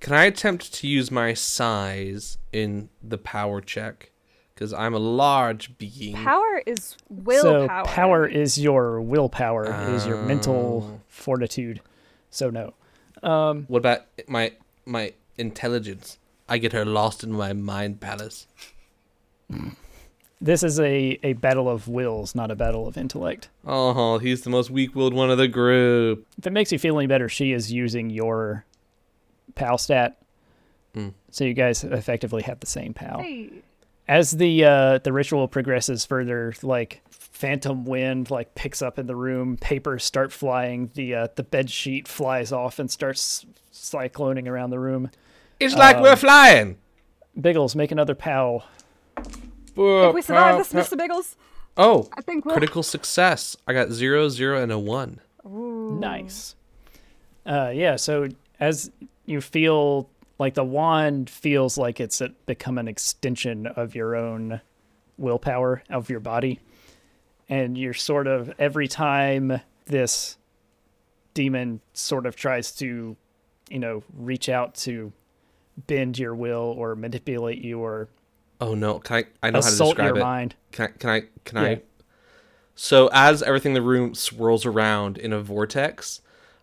C: Can I attempt to use my size in the power check? Because I'm a large being.
D: Power is
B: so
D: willpower.
B: power is your willpower, is your mental fortitude. So no.
C: What about my my intelligence? I get her lost in my mind palace.
B: This is a, a battle of wills, not a battle of intellect.
C: Oh, he's the most weak-willed one of the group.
B: If it makes you feel any better, she is using your POW stat. So you guys effectively have the same POW.
D: Hey,
B: as the uh, the ritual progresses further, like phantom wind like picks up in the room, papers start flying, the uh, the bed sheet flies off and starts cycloning around the room.
C: It's like
D: Um,
C: we're flying.
B: Biggles, make another pow.
D: if we survive this, Mr. Biggles,
C: Oh,
D: Oh, uh, I think we'll.
C: critical success. I got zero, zero, and a one.
B: Nice. Uh, yeah. So as you feel like the wand feels like it's a, become an extension of your own willpower of your body, and you're sort of every time this demon sort of tries to, you know, reach out to bend your will or manipulate you or
C: Oh no! Can I? I know how to
B: assault
C: describe
B: your
C: it.
B: mind.
C: Can I? Can I? Can
B: Yeah.
C: I? So as everything in the room swirls around in a vortex,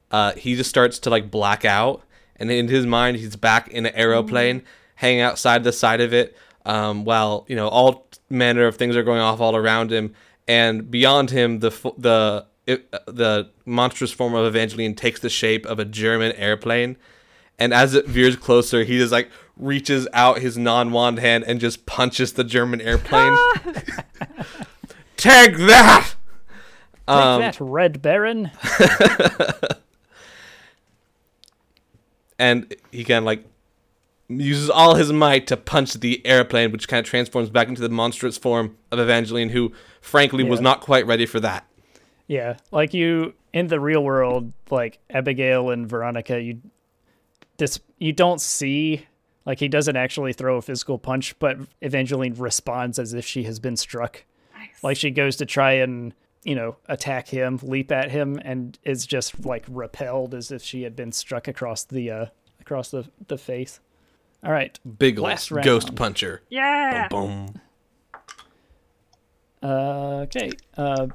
C: uh, he just starts to like black out, and in his mind he's back in an aeroplane, hanging outside the side of it, um, while you know all manner of things are going off all around him, and beyond him the fo- the it, uh, the monstrous form of Evangeline takes the shape of a German airplane, and as it veers closer, he just like reaches out his non-wand hand and just punches the German airplane. Take that!
B: Take that, Red Baron.
C: and he kind of like uses all his might to punch the airplane, which kind of transforms back into the monstrous form of Evangeline, who frankly was
B: Yeah.
C: not quite ready for that.
B: Yeah, like you in the real world, like Abigail and Veronica, you this you don't see like he doesn't actually throw a physical punch, but Evangeline responds as if she has been struck. Like she goes to try and you know attack him, leap at him, and is just like repelled as if she had been struck across the uh across the the face. All right,
C: Big ol'
B: Last round.
C: ghost puncher.
D: Yeah.
C: Boom.
B: uh, okay, uh,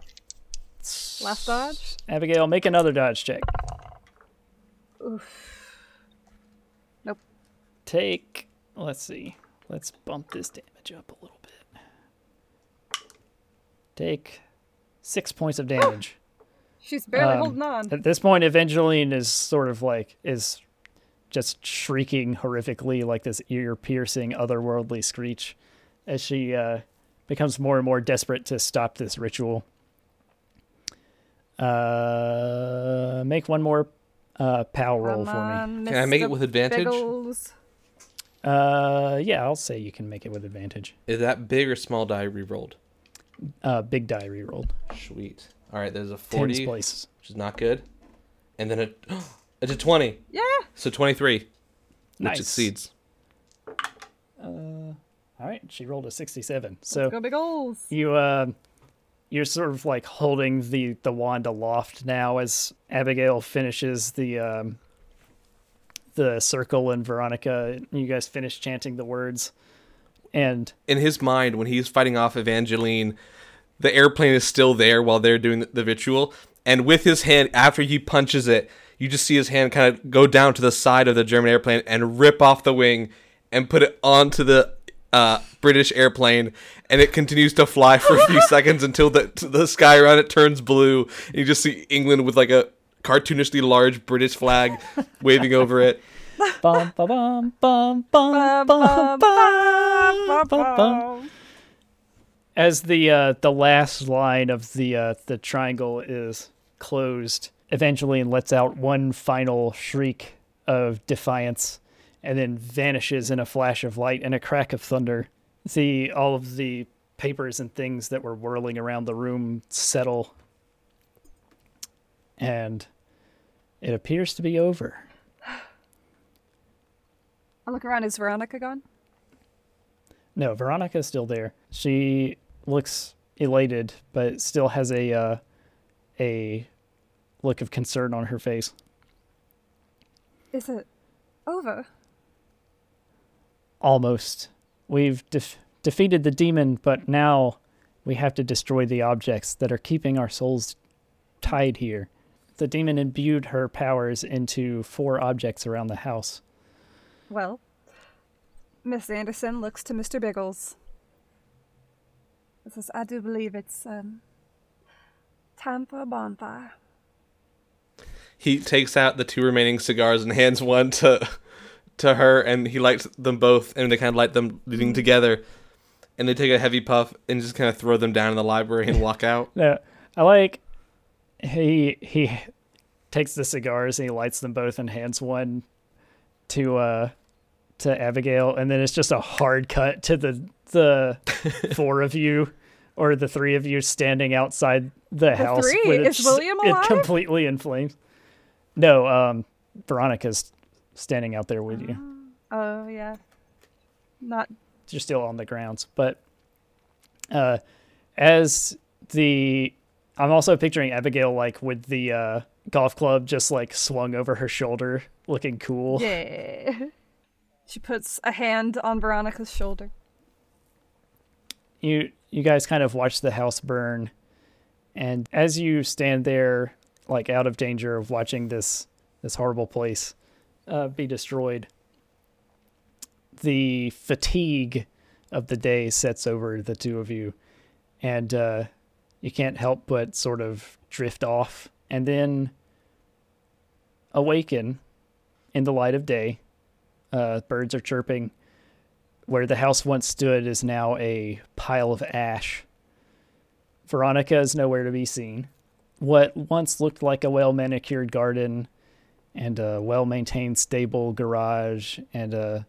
D: Last dodge.
B: Abigail, make another dodge check.
D: Nope.
B: Take. Let's see. Let's bump this damage up a little bit. Take six points of damage.
D: She's barely
B: Um,
D: holding on.
B: At this point, Evangeline is sort of like is just shrieking horrifically, like this ear-piercing, otherworldly screech, as she uh, becomes more and more desperate to stop this ritual. Uh, make one more uh, pow roll for
D: Come
B: me.
D: on,
C: Can I make it
D: Mr.
C: with advantage?
D: Biggles.
B: Uh, yeah, I'll say you can make it with advantage.
C: Is that big or small die rerolled?
B: Uh, big die rerolled.
C: Sweet. All right, there's a
B: Tens
C: 40, which
B: place.
C: is not good. And then a, <gasps> it's a 20.
D: Yeah.
C: So 23,
B: Nice.
C: which exceeds.
B: All right, she rolled a sixty-seven. So
D: Go Biggles.
B: you uh, you're sort of like holding the the wand aloft now as Abigail finishes the um, the circle and Veronica. You guys finish chanting the words, and
C: in his mind when he's fighting off Evangeline, the airplane is still there while they're doing the, the ritual. And with his hand, after he punches it, you just see his hand kind of go down to the side of the German airplane and rip off the wing and put it onto the uh, British airplane. And it continues to fly for a few seconds until the, the sky around it turns blue. And you just see England with like a cartoonishly large British flag waving over it.
B: bum bum bum bum bum bum
D: Bum, bum,
B: bum bum bum.
D: Bum.
B: As the uh, the last line of the uh, the triangle is closed, Evangeline lets out one final shriek of defiance, and then vanishes in a flash of light and a crack of thunder. The all of the papers and things that were whirling around the room settle, and it appears to be over.
D: I look around. Is Veronica gone?
B: No, Veronica's still there. She looks elated, but still has a uh, a look of concern on her face.
D: Is it over?
B: Almost. We've def- defeated the demon, but now we have to destroy the objects that are keeping our souls tied here. The demon imbued her powers into four objects around the house.
D: Well, Miss Anderson looks to Mr. Biggles. and Says, I do believe it's um, time for a bonfire.
C: he takes out the two remaining cigars and hands one to to her and he lights them both and they kind of light them leading together and they take a heavy puff and just kind of throw them down in the library and walk out
B: No, I like he he takes the cigars and he lights them both and hands one to uh to Abigail, and then it's just a hard cut to the the four of you or the three of you standing outside the, house.
D: three?
B: with it
D: Is William
B: it
D: alive?
B: completely in flames. No, um, Veronica's standing out there with you
D: Oh, yeah. Not.
B: you're still on the grounds. But uh, as the, I'm also picturing Abigail like with the uh, golf club just like swung over her shoulder, looking cool.
D: Yeah. <laughs> She puts a hand on Veronica's shoulder.
B: You you guys kind of watch the house burn, and as you stand there like out of danger of watching this this horrible place uh, be destroyed, the fatigue of the day sets over the two of you, and uh, you can't help but sort of drift off and then awaken in the light of day. Uh, birds are chirping. Where the house once stood is now a pile of ash. Veronica is nowhere to be seen. what once looked like a well manicured garden and a well maintained stable garage and a,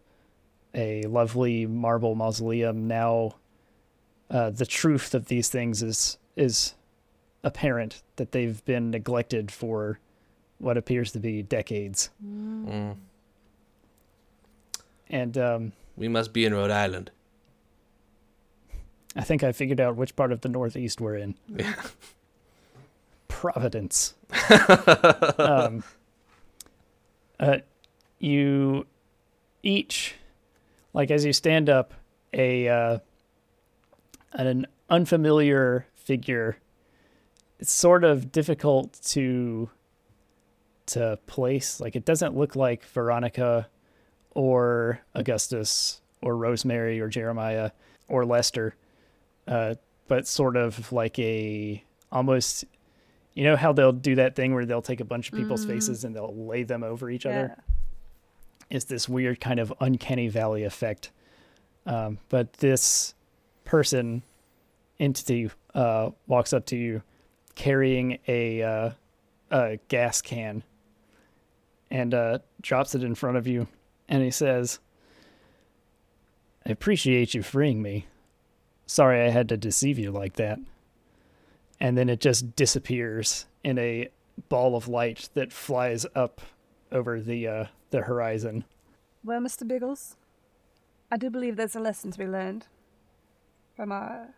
B: a lovely marble mausoleum. Now, uh, the truth of these things is is apparent that they've been neglected for what appears to be decades. And um,
C: <laughs> We must be in Rhode Island.
B: I think I figured out which part of the Northeast we're in.
C: Yeah.
B: Providence. um, uh, you each, like as you stand up, a uh, an unfamiliar figure. It's sort of difficult to to place. Like it doesn't look like Veronica or Augustus or Rosemary or Jeremiah or Lester, uh, but sort of like a almost you know how they'll do that thing where they'll take a bunch of people's faces and they'll lay them over each other? It's this weird kind of uncanny valley effect. Um, but this person, entity, uh, walks up to you carrying a, uh, a gas can and uh, drops it in front of you. And he says, I appreciate you freeing me. Sorry I had to deceive you like that and then it just disappears in a ball of light that flies up over the uh, the horizon.
D: Well, Mr. Biggles, I do believe there's a lesson to be learned from our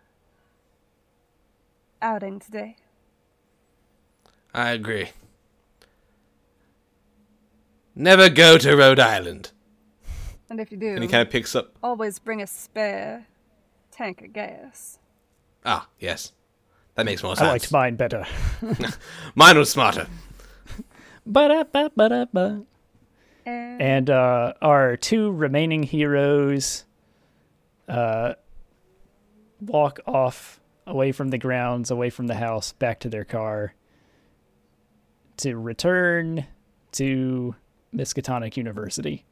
D: outing today.
C: I agree. Never go to Rhode Island.
D: And if you do,
C: And he kind of picks up.
D: always bring a spare tank of gas.
C: Ah, yes. That makes more
B: I
C: sense.
B: liked mine better.
C: Mine was smarter.
B: Ba-da-ba-ba-da-ba.
C: Eh,
D: And,
B: And uh, our two remaining heroes uh, walk off away from the grounds, away from the house, back to their car to return to Miskatonic University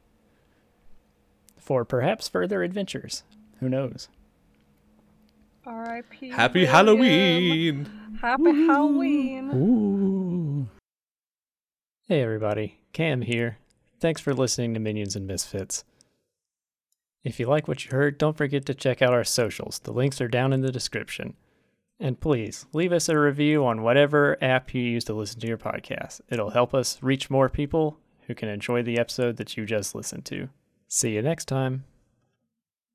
B: for perhaps further adventures. Who knows?
D: R.I.P.
C: Happy
D: William.
C: Halloween.
D: Happy Halloween.
B: Ooh. Hey, everybody. Cam here. Thanks for listening to Minions and Misfits. If you like what you heard, don't forget to check out our socials. The links are down in the description. And please leave us a review on whatever app you use to listen to your podcast. It'll help us reach more people who can enjoy the episode that you just listened to. See you next time.